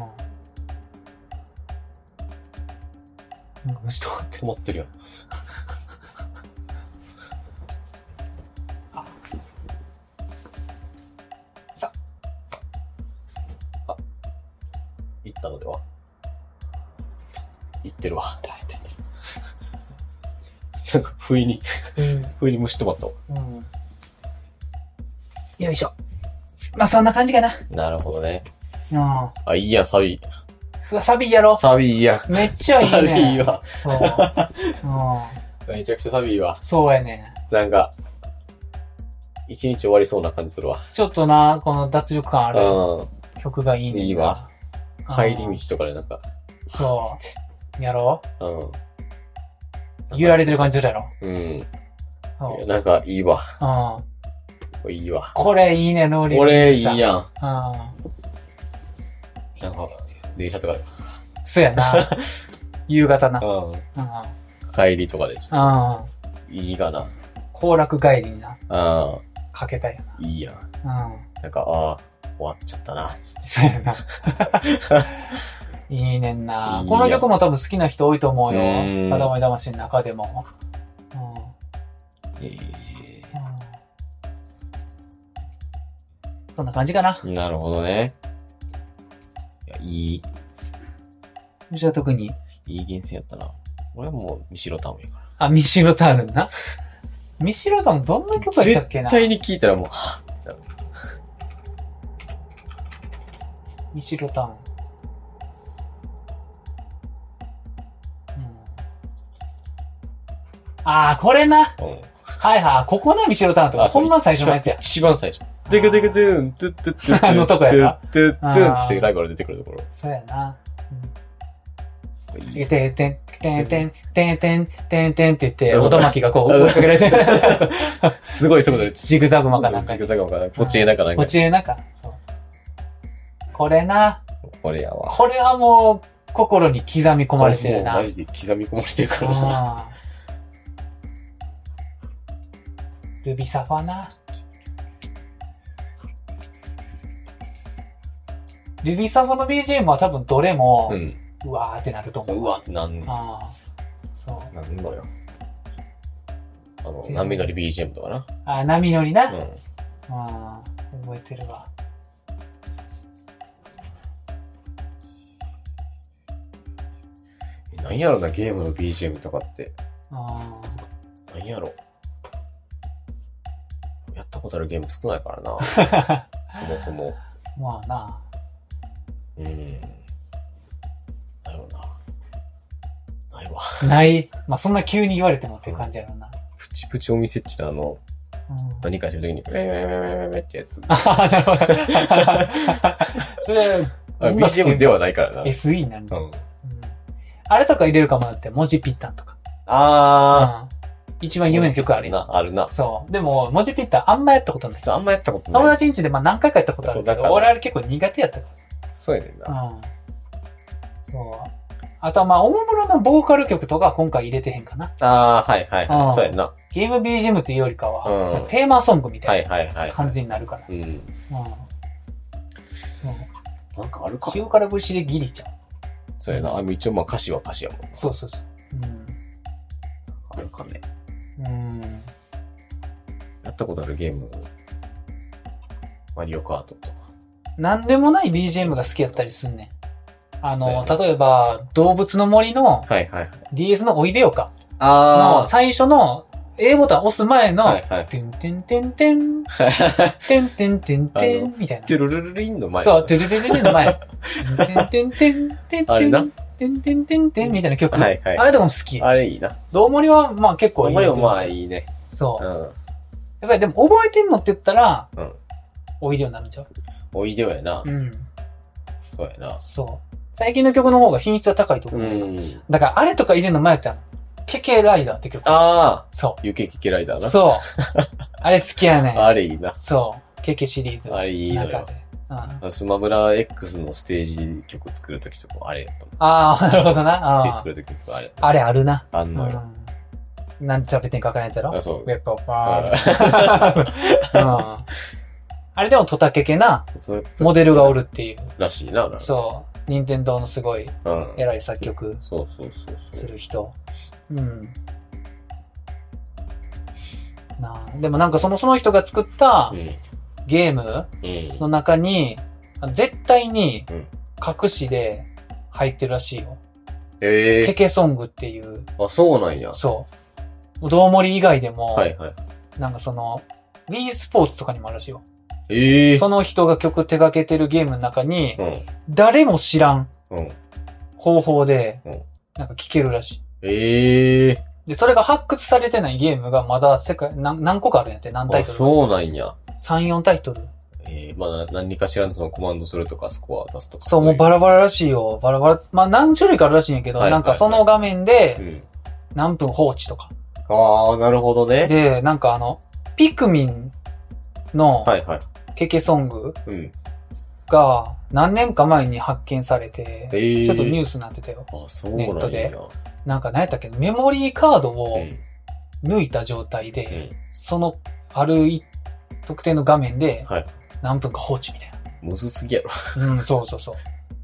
[SPEAKER 1] なんか虫とかって。
[SPEAKER 2] 止まってるやん。
[SPEAKER 1] さ
[SPEAKER 2] あ。ったのでは。言ってるわ。誰ってなんか、不意に、不意に虫止まったわ。
[SPEAKER 1] うん。よいしょ。まあ、そんな感じかな。
[SPEAKER 2] なるほどね。
[SPEAKER 1] うん。
[SPEAKER 2] あ、いいや、サビ。
[SPEAKER 1] ふわサビやろ。
[SPEAKER 2] サビいいや。
[SPEAKER 1] めっちゃいいね。
[SPEAKER 2] サビいいわ。
[SPEAKER 1] そう。うん。
[SPEAKER 2] めちゃくちゃサビいいわ。
[SPEAKER 1] そうやね。
[SPEAKER 2] なんか、一日終わりそうな感じするわ。
[SPEAKER 1] ちょっとな、この脱力感ある
[SPEAKER 2] うん。
[SPEAKER 1] 曲がいいね。
[SPEAKER 2] いいわ。帰り道とかでなんか、
[SPEAKER 1] そ
[SPEAKER 2] つっ
[SPEAKER 1] う。やろ
[SPEAKER 2] てうん。
[SPEAKER 1] 揺られてる感じするやろ。
[SPEAKER 2] うん。
[SPEAKER 1] そう
[SPEAKER 2] なんか、いいわ。
[SPEAKER 1] うん。
[SPEAKER 2] いいわ。
[SPEAKER 1] これいいね、ノーリー
[SPEAKER 2] これ、いいやん。
[SPEAKER 1] うん。
[SPEAKER 2] なんか、電車とかで。
[SPEAKER 1] そうや な。夕方な。
[SPEAKER 2] う
[SPEAKER 1] うん。
[SPEAKER 2] ん。帰りとかで。
[SPEAKER 1] うん。
[SPEAKER 2] いいかな。
[SPEAKER 1] 行楽帰りにな。
[SPEAKER 2] あ
[SPEAKER 1] かけたいよ
[SPEAKER 2] あ、いいやん。
[SPEAKER 1] な。うん。
[SPEAKER 2] なんか、ああ、終わっちゃったな、つっ
[SPEAKER 1] そう やな。いいねんな。
[SPEAKER 2] いいや
[SPEAKER 1] この曲も多分好きな人多いと思うよ。
[SPEAKER 2] うん
[SPEAKER 1] 片思い魂の中でも。うん。うん
[SPEAKER 2] て。
[SPEAKER 1] そんな感じかな。
[SPEAKER 2] なるほどね。いや、いい、
[SPEAKER 1] むしろ特に。
[SPEAKER 2] いい厳選やったな。俺はもう、見しろタウンやから。
[SPEAKER 1] あ、ミシロタウンな。ミシロタウンどんな曲やったっけな
[SPEAKER 2] 絶対に聞いたらもう、はぁってなる
[SPEAKER 1] ミシロタウン。うん。ああ、これな。
[SPEAKER 2] うん。
[SPEAKER 1] はいはい。ここな、ミシロタウンとか。ほんま最初のやつや。
[SPEAKER 2] 一番最初。テクテクトゥーン、トゥットゥットゥットゥ
[SPEAKER 1] あのとこやな。
[SPEAKER 2] トゥットゥットゥンってライバル出てくるところ。
[SPEAKER 1] そうやな。
[SPEAKER 2] い
[SPEAKER 1] て
[SPEAKER 2] い
[SPEAKER 1] んてんてんてんてんてんてんてんてんって言って、音巻きがこう追いかけられてる。
[SPEAKER 2] すごい速度で、
[SPEAKER 1] ジグザグマかなんか
[SPEAKER 2] ジグザグマかなんか、ポチエナかなんか
[SPEAKER 1] 落。ちえなんか。そう。これな。
[SPEAKER 2] これやわ。
[SPEAKER 1] これはもう、心に刻み込まれてるな。
[SPEAKER 2] マジで刻み込まれてるからな。
[SPEAKER 1] あールビサファな。ルビサファの BGM は多分どれも、
[SPEAKER 2] う。
[SPEAKER 1] うんわーってなると
[SPEAKER 2] そ
[SPEAKER 1] 思
[SPEAKER 2] う
[SPEAKER 1] う。
[SPEAKER 2] うわってなんねん
[SPEAKER 1] ああ。そう。
[SPEAKER 2] なんのよ。あの、
[SPEAKER 1] 全部
[SPEAKER 2] 波乗り BGM とかな。
[SPEAKER 1] あ、波乗りな。
[SPEAKER 2] うん。
[SPEAKER 1] ああ、覚えてるわ。
[SPEAKER 2] えなんやろな、ゲームの BGM とかって。
[SPEAKER 1] あ
[SPEAKER 2] なんやろ。やったことあるゲーム少ないから な。
[SPEAKER 1] あ。
[SPEAKER 2] そもそも。
[SPEAKER 1] まあな。
[SPEAKER 2] うん。なんやろな。ないわ。
[SPEAKER 1] ない。まあそんな急に言われてもっていう感じやろうな。
[SPEAKER 2] プチプチお店っちのあの、
[SPEAKER 1] うん。
[SPEAKER 2] 何かしてるときに、ウェイウェイウェイウェイウェイウェイってやつ。
[SPEAKER 1] あ あ、なるほど。 それ、
[SPEAKER 2] あ
[SPEAKER 1] 今してんの
[SPEAKER 2] BGM ではないからな。
[SPEAKER 1] SE になる、
[SPEAKER 2] うん。
[SPEAKER 1] うんあれとか入れるかもだって、文字ぴったんとか。
[SPEAKER 2] あ
[SPEAKER 1] うん一番
[SPEAKER 2] ー。
[SPEAKER 1] 有名な曲あるよ。
[SPEAKER 2] な、あるな。
[SPEAKER 1] そう。でも、文字ぴったんあんまやったことない。
[SPEAKER 2] そうあんまやったこと
[SPEAKER 1] 友
[SPEAKER 2] ない。
[SPEAKER 1] 達んちでまあ何回かやったことあるけ
[SPEAKER 2] そうだ
[SPEAKER 1] ど、
[SPEAKER 2] から
[SPEAKER 1] 俺あれ結構苦手やったか
[SPEAKER 2] そうやねんな。
[SPEAKER 1] ら。うん。そう。あとはまあ、おもむろのボーカル曲とかは今回入れてへんかな。
[SPEAKER 2] あー、はいはいは
[SPEAKER 1] う
[SPEAKER 2] い。
[SPEAKER 1] ん
[SPEAKER 2] そうやんな。
[SPEAKER 1] ゲーム BGM っていうよりか
[SPEAKER 2] うん
[SPEAKER 1] は、なんかテーマソングみ
[SPEAKER 2] は
[SPEAKER 1] た
[SPEAKER 2] い
[SPEAKER 1] い
[SPEAKER 2] はいは。
[SPEAKER 1] ない感じになるから。
[SPEAKER 2] うん。
[SPEAKER 1] うんそう
[SPEAKER 2] なんかある
[SPEAKER 1] 塩辛節でギリちゃう。
[SPEAKER 2] そうやな。あ、一応まあ歌詞は歌詞やもん。
[SPEAKER 1] そうそうそう。
[SPEAKER 2] あるかね。
[SPEAKER 1] うん。うん。
[SPEAKER 2] やったことあるゲーム。マリオカートとか。
[SPEAKER 1] なんでもない BGM が好きやったりすんねん。あ
[SPEAKER 2] そうや
[SPEAKER 1] の、
[SPEAKER 2] な
[SPEAKER 1] 例えば、動物の森の
[SPEAKER 2] はいはいはい。
[SPEAKER 1] DS のおいでよかの
[SPEAKER 2] あ
[SPEAKER 1] 最初の A ボタン押す前
[SPEAKER 2] あ。は
[SPEAKER 1] の
[SPEAKER 2] い、はい。
[SPEAKER 1] てんてんてんてん、てんてんてんてんみたい
[SPEAKER 2] トゥルルルリンの
[SPEAKER 1] な。
[SPEAKER 2] 前。
[SPEAKER 1] そう、てるてるてんの前。てんてんてんてんてん
[SPEAKER 2] あれ
[SPEAKER 1] て
[SPEAKER 2] なん
[SPEAKER 1] てんてんてんてんみたいな曲。
[SPEAKER 2] はいはい。
[SPEAKER 1] あれとかも好き。
[SPEAKER 2] あれいいな。
[SPEAKER 1] どうもりは、まあ結構い
[SPEAKER 2] あん
[SPEAKER 1] い
[SPEAKER 2] ま
[SPEAKER 1] や
[SPEAKER 2] り
[SPEAKER 1] つ
[SPEAKER 2] もまあいいね。
[SPEAKER 1] そうう。や
[SPEAKER 2] ん。
[SPEAKER 1] っぱりでも覚えてんのって言ったら、
[SPEAKER 2] うん
[SPEAKER 1] おいでよになるんちゃう
[SPEAKER 2] おいでよやな
[SPEAKER 1] う。ん。
[SPEAKER 2] そうやな。
[SPEAKER 1] そう。最近の曲の方が比率は高いと
[SPEAKER 2] う
[SPEAKER 1] 思う。
[SPEAKER 2] ん。
[SPEAKER 1] だからあれとか入れるの前やったの。ケケライダーって曲。
[SPEAKER 2] ああ。
[SPEAKER 1] そ
[SPEAKER 2] 湯気嫌いだ
[SPEAKER 1] う。
[SPEAKER 2] な。
[SPEAKER 1] そう。あれ好きやねん。
[SPEAKER 2] あれいいな。
[SPEAKER 1] そう。ケケシリーズの
[SPEAKER 2] あれいいの
[SPEAKER 1] 中
[SPEAKER 2] よ
[SPEAKER 1] で。。うん、あ
[SPEAKER 2] スマブラ X のステージ曲作るときとかあれやったもん。
[SPEAKER 1] あー、なるほどな。あ
[SPEAKER 2] ステージ
[SPEAKER 1] ー
[SPEAKER 2] 作るときとかあれやった。
[SPEAKER 1] あれあるな。
[SPEAKER 2] あん
[SPEAKER 1] う
[SPEAKER 2] のよ。
[SPEAKER 1] ん。なんちゃべってんかわからんやつやろ
[SPEAKER 2] あ、そう
[SPEAKER 1] ウ。ェポパー。 うん。あれでもトタケケな
[SPEAKER 2] そう
[SPEAKER 1] モデルがおるっていう。
[SPEAKER 2] らしいな、なんか
[SPEAKER 1] そう。任天堂のすごい
[SPEAKER 2] うん。
[SPEAKER 1] 偉い作曲
[SPEAKER 2] そうそうそうそ
[SPEAKER 1] す
[SPEAKER 2] う。
[SPEAKER 1] る人。うん。なあでもなんかその、その人が作った
[SPEAKER 2] うん。
[SPEAKER 1] ゲーム
[SPEAKER 2] うん。
[SPEAKER 1] の中に、あ絶対に
[SPEAKER 2] うん、
[SPEAKER 1] 隠しで入ってるらしいよ。ケ
[SPEAKER 2] ええ
[SPEAKER 1] ケソングっていう、
[SPEAKER 2] あ、そうなんや。
[SPEAKER 1] そう。道盛以外でも、
[SPEAKER 2] はいはい。
[SPEAKER 1] なんかその、e スポーツとかにもあるらしいよ。
[SPEAKER 2] ええ
[SPEAKER 1] その人が曲手掛けてるゲームの中に
[SPEAKER 2] う、ん。
[SPEAKER 1] 誰も知らん
[SPEAKER 2] うん。
[SPEAKER 1] 方法で
[SPEAKER 2] うん、
[SPEAKER 1] なんか聴けるらし
[SPEAKER 2] ええ
[SPEAKER 1] い。で、それが発掘されてないゲームがまだ世界、何何個かあるんやって、何タイ
[SPEAKER 2] あ、
[SPEAKER 1] トルか。
[SPEAKER 2] そうなんや。
[SPEAKER 1] 3、4タイトル。
[SPEAKER 2] ええまあ、な何かしらのそのコマンドするとか、スコア出すとか。
[SPEAKER 1] そう、もう
[SPEAKER 2] い
[SPEAKER 1] バラバラらしいよ。バラバラ。まあ何種類かあるらしいんやけど、
[SPEAKER 2] はい
[SPEAKER 1] なんかその画面で
[SPEAKER 2] うん。
[SPEAKER 1] 何分放置とか。
[SPEAKER 2] ああ、なるほどね。
[SPEAKER 1] で、なんかあの、ピクミンの
[SPEAKER 2] はいはい。
[SPEAKER 1] ケケソング
[SPEAKER 2] うん。
[SPEAKER 1] が何年か前に発見されて、
[SPEAKER 2] ええ
[SPEAKER 1] ちょっとニュースになってたよ。
[SPEAKER 2] あ、そう
[SPEAKER 1] ネッ
[SPEAKER 2] な
[SPEAKER 1] ト
[SPEAKER 2] んや
[SPEAKER 1] で。なんか何やったっけメモリーカード
[SPEAKER 2] う
[SPEAKER 1] を
[SPEAKER 2] ん。
[SPEAKER 1] 抜いた状態で、
[SPEAKER 2] うん。
[SPEAKER 1] そのある一特定の画面で
[SPEAKER 2] はい。
[SPEAKER 1] 何分か放置みたい
[SPEAKER 2] むずすぎや ろ。
[SPEAKER 1] な。うん、そうそうそう。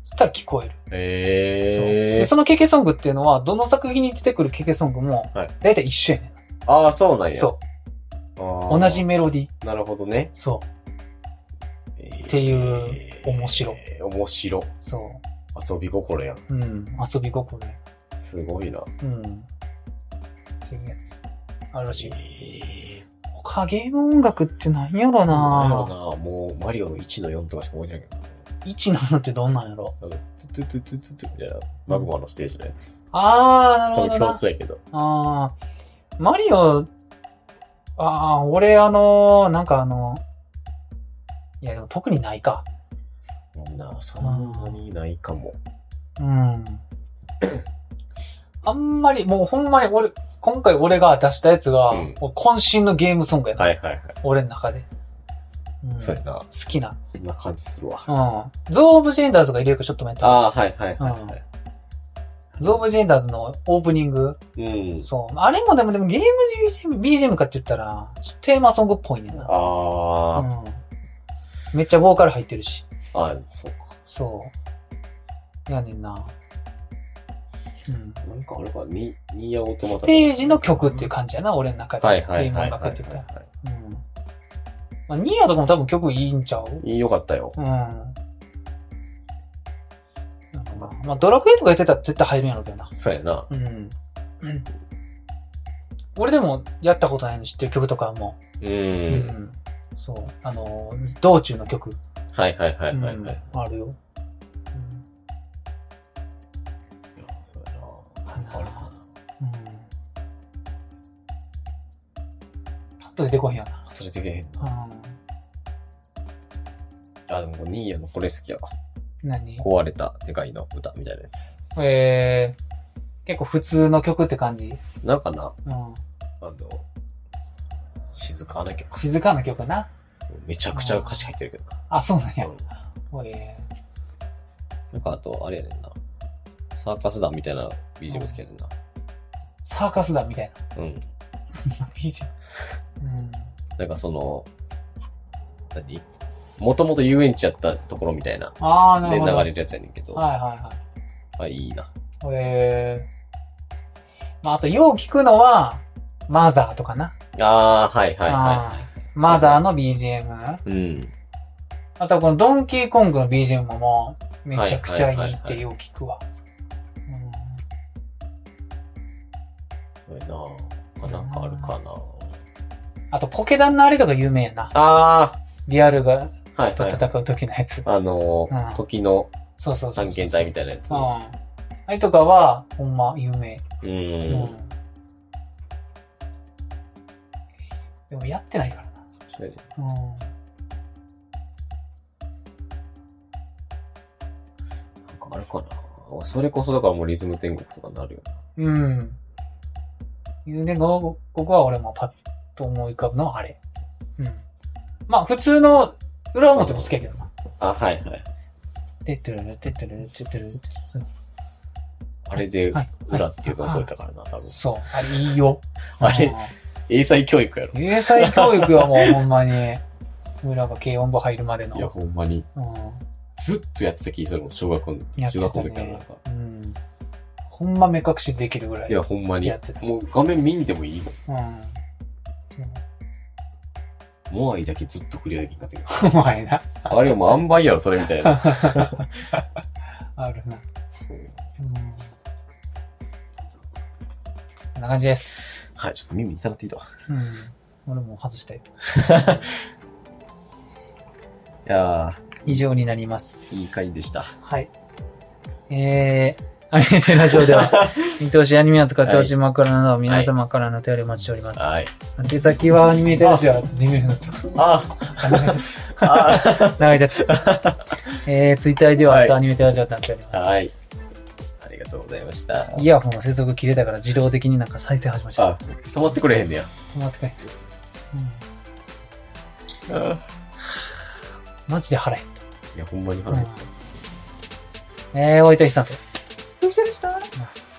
[SPEAKER 1] そしたら聞こえる。そう
[SPEAKER 2] ええ
[SPEAKER 1] でそのケケソングっていうのは、どの作品に出てくるケケソングも
[SPEAKER 2] はい、
[SPEAKER 1] だいたい一緒やねん。
[SPEAKER 2] ああ、そうなんや。
[SPEAKER 1] そう。
[SPEAKER 2] あー
[SPEAKER 1] 同じ。メロディー。
[SPEAKER 2] なるほどね。
[SPEAKER 1] そう。
[SPEAKER 2] って
[SPEAKER 1] いう面白。
[SPEAKER 2] 面白。
[SPEAKER 1] そ
[SPEAKER 2] 遊び心やん。
[SPEAKER 1] う。うん。遊び心ね。
[SPEAKER 2] すごいな。
[SPEAKER 1] うん。っていうやつ。あるらしいよ。
[SPEAKER 2] え
[SPEAKER 1] 他ゲーム音楽って何やろ
[SPEAKER 2] ー、なんやろ
[SPEAKER 1] な
[SPEAKER 2] な。もう、マリオの1の4とかしか覚えてないけどな。
[SPEAKER 1] 1なのってどんなんやろ
[SPEAKER 2] なんか、トゥトゥトゥトゥトゥみたいな、マグマのステージのやつ。
[SPEAKER 1] あー、なる
[SPEAKER 2] 多
[SPEAKER 1] ほ
[SPEAKER 2] 分
[SPEAKER 1] ど
[SPEAKER 2] 共
[SPEAKER 1] な。
[SPEAKER 2] 通やけど。
[SPEAKER 1] あー。マリオ、あー、俺あのー、なんかあの、いやでも特にないか。
[SPEAKER 2] なあ、そんなにないかも。
[SPEAKER 1] うん。あんまり、もうほんまに俺、今回俺が出したやつが、
[SPEAKER 2] うん
[SPEAKER 1] もう渾身のゲームソングやな。
[SPEAKER 2] はいはいはい。
[SPEAKER 1] 俺の中で。うん、
[SPEAKER 2] そうや
[SPEAKER 1] 好
[SPEAKER 2] な。
[SPEAKER 1] きな。
[SPEAKER 2] そんな感じするわ。
[SPEAKER 1] うん。ゾー・オブ・ジェンダーズが入れるかちょっと待って。
[SPEAKER 2] ああ、はいはいはいはい。
[SPEAKER 1] ゾー・オブ・ジェンダーズのオープニング。
[SPEAKER 2] うん。
[SPEAKER 1] そう。あれもでもでもゲーム BGM, BGM かって言ったら、ちょっとテーマソングっぽいねんな。う
[SPEAKER 2] あ
[SPEAKER 1] ん。めっちゃボーカル入ってるし。
[SPEAKER 2] あ、あそうか。
[SPEAKER 1] そう。やねんな。うん。
[SPEAKER 2] なんかあれか、ニニーヤオートマ
[SPEAKER 1] ス
[SPEAKER 2] タ。
[SPEAKER 1] テージの曲っていう感じやな、俺の中で。
[SPEAKER 2] はいはいはい
[SPEAKER 1] ゲーム音
[SPEAKER 2] は
[SPEAKER 1] 楽って
[SPEAKER 2] い
[SPEAKER 1] 言ったら。
[SPEAKER 2] は
[SPEAKER 1] うん。まあ、ニーヤとかも多分曲いいんちゃう
[SPEAKER 2] い。よかったよ。
[SPEAKER 1] うん。なんかまあまあ、ドラクエとかやってたら絶対入るんやろうけどな。
[SPEAKER 2] そうやな。
[SPEAKER 1] うん。うん俺でもやったことないの知ってる曲とかも。
[SPEAKER 2] う。
[SPEAKER 1] うんそう。あの、道中の曲。
[SPEAKER 2] はいはいはいはいはい。
[SPEAKER 1] うんあるよ。
[SPEAKER 2] いやそうやな。なんかあるかな。
[SPEAKER 1] うん。うんパッと出てこへんやな。
[SPEAKER 2] 外れてけへん
[SPEAKER 1] う
[SPEAKER 2] な。あ、でもニーヤのこれ好きやわ。
[SPEAKER 1] ん。何
[SPEAKER 2] 壊れた世界の歌みたいなやつ。
[SPEAKER 1] えー、結構普通の曲って感じ
[SPEAKER 2] なんかな、
[SPEAKER 1] うん。
[SPEAKER 2] あの、静かな曲。
[SPEAKER 1] 静かな曲な。
[SPEAKER 2] めちゃくちゃ歌詞入ってるけど
[SPEAKER 1] あ、そうなんや
[SPEAKER 2] な。うん。
[SPEAKER 1] おいえ
[SPEAKER 2] なんかあと、あれやねんな。サーカス団みたいな BGM 好きやねんな。
[SPEAKER 1] ーサーカス団みたいな。
[SPEAKER 2] うん。
[SPEAKER 1] いいじゃん。うん。
[SPEAKER 2] なんかその、何もともと遊園地やったところみたいな。
[SPEAKER 1] ああ、な
[SPEAKER 2] で
[SPEAKER 1] るほ
[SPEAKER 2] 流
[SPEAKER 1] ど。はい
[SPEAKER 2] れるやつやねんけど。あ、
[SPEAKER 1] はいはい。
[SPEAKER 2] いいな。
[SPEAKER 1] えー、まあ、あと、よう聞くのは、マザーとかな。
[SPEAKER 2] あー、はいはいは
[SPEAKER 1] あーマザーの BGM。
[SPEAKER 2] い。うん。
[SPEAKER 1] あと、このドンキーコングの BGM ももうめちゃくちゃい
[SPEAKER 2] はいはいい
[SPEAKER 1] っ
[SPEAKER 2] はいは
[SPEAKER 1] て
[SPEAKER 2] い
[SPEAKER 1] よう聞くわ。うん
[SPEAKER 2] そうやなあ、なんかあるかな
[SPEAKER 1] あと、ポケダンのあれとか有名やな。
[SPEAKER 2] あ
[SPEAKER 1] リアルが
[SPEAKER 2] ー、はい
[SPEAKER 1] と
[SPEAKER 2] はい。
[SPEAKER 1] 戦う時のやつ。
[SPEAKER 2] あのー
[SPEAKER 1] うん
[SPEAKER 2] 時の
[SPEAKER 1] そうそうそうそう。
[SPEAKER 2] 探検隊みたいなやつ。
[SPEAKER 1] うん。あれとかは、ほんま有名。
[SPEAKER 2] う。
[SPEAKER 1] うんでもやってないから
[SPEAKER 2] そうやね
[SPEAKER 1] な。うん。
[SPEAKER 2] なんかあるかなそれこそだからもうリズム天国とかになるよな。
[SPEAKER 1] うん。で、こここは俺もパッと思い浮かぶのはあれ。うん。まあ、普通の裏表も好きやけどな。
[SPEAKER 2] あ、はいはい。
[SPEAKER 1] てってるるてってるるてってるるてってる
[SPEAKER 2] あれで
[SPEAKER 1] はい、
[SPEAKER 2] 裏っていうの覚えたからな、多分。。
[SPEAKER 1] そう。あれいいよ
[SPEAKER 2] あれ英才教育やろ
[SPEAKER 1] うん英才教育はもうほんまに、村が軽音部入るまでの。
[SPEAKER 2] いや、ほんまに。
[SPEAKER 1] う
[SPEAKER 2] ずっとやってた気するもん、小学校の
[SPEAKER 1] ん。や
[SPEAKER 2] 時。
[SPEAKER 1] って
[SPEAKER 2] 中学校
[SPEAKER 1] た
[SPEAKER 2] の時からなん
[SPEAKER 1] ね
[SPEAKER 2] か。。
[SPEAKER 1] うん。ほんま目隠しできるぐらい。
[SPEAKER 2] いや、ほんまに
[SPEAKER 1] やって。た
[SPEAKER 2] もう画面見んでもいいも
[SPEAKER 1] う
[SPEAKER 2] ん。
[SPEAKER 1] ん。
[SPEAKER 2] モアイだけずっとクリアできんかったけど。
[SPEAKER 1] お前な。
[SPEAKER 2] あれはもうあんばいやろ、それみたいな。
[SPEAKER 1] あるな。うん。こんな感じです。
[SPEAKER 2] はい、ちょっと耳痛なっていいと。
[SPEAKER 1] うん。俺も外したよ。
[SPEAKER 2] いや
[SPEAKER 1] 以上になります。
[SPEAKER 2] ー、いい回でした。
[SPEAKER 1] はい。えー、アニメテラジオで は、見通しアニメを使ってほしい枕など、皆様からのお便りをお待ちしております。
[SPEAKER 2] はい。
[SPEAKER 1] 宛先はアニメテラジオ、ジメルのと
[SPEAKER 2] ああ、ああ、
[SPEAKER 1] 流れちゃった。 えー、ツイッターでは、
[SPEAKER 2] はい
[SPEAKER 1] アニメテラジオとなっております。
[SPEAKER 2] はいありがとうございました。
[SPEAKER 1] イヤホンの接続切れたから自動的になんか再生始まっちゃう。
[SPEAKER 2] あ、止まってくれへんねや。
[SPEAKER 1] 止まってくれ。うん。マジで腹減っ
[SPEAKER 2] いや、ほんまに
[SPEAKER 1] た。
[SPEAKER 2] 腹減っ
[SPEAKER 1] うんえー、おいとひさんと。
[SPEAKER 2] た。どうしたでした
[SPEAKER 1] ます。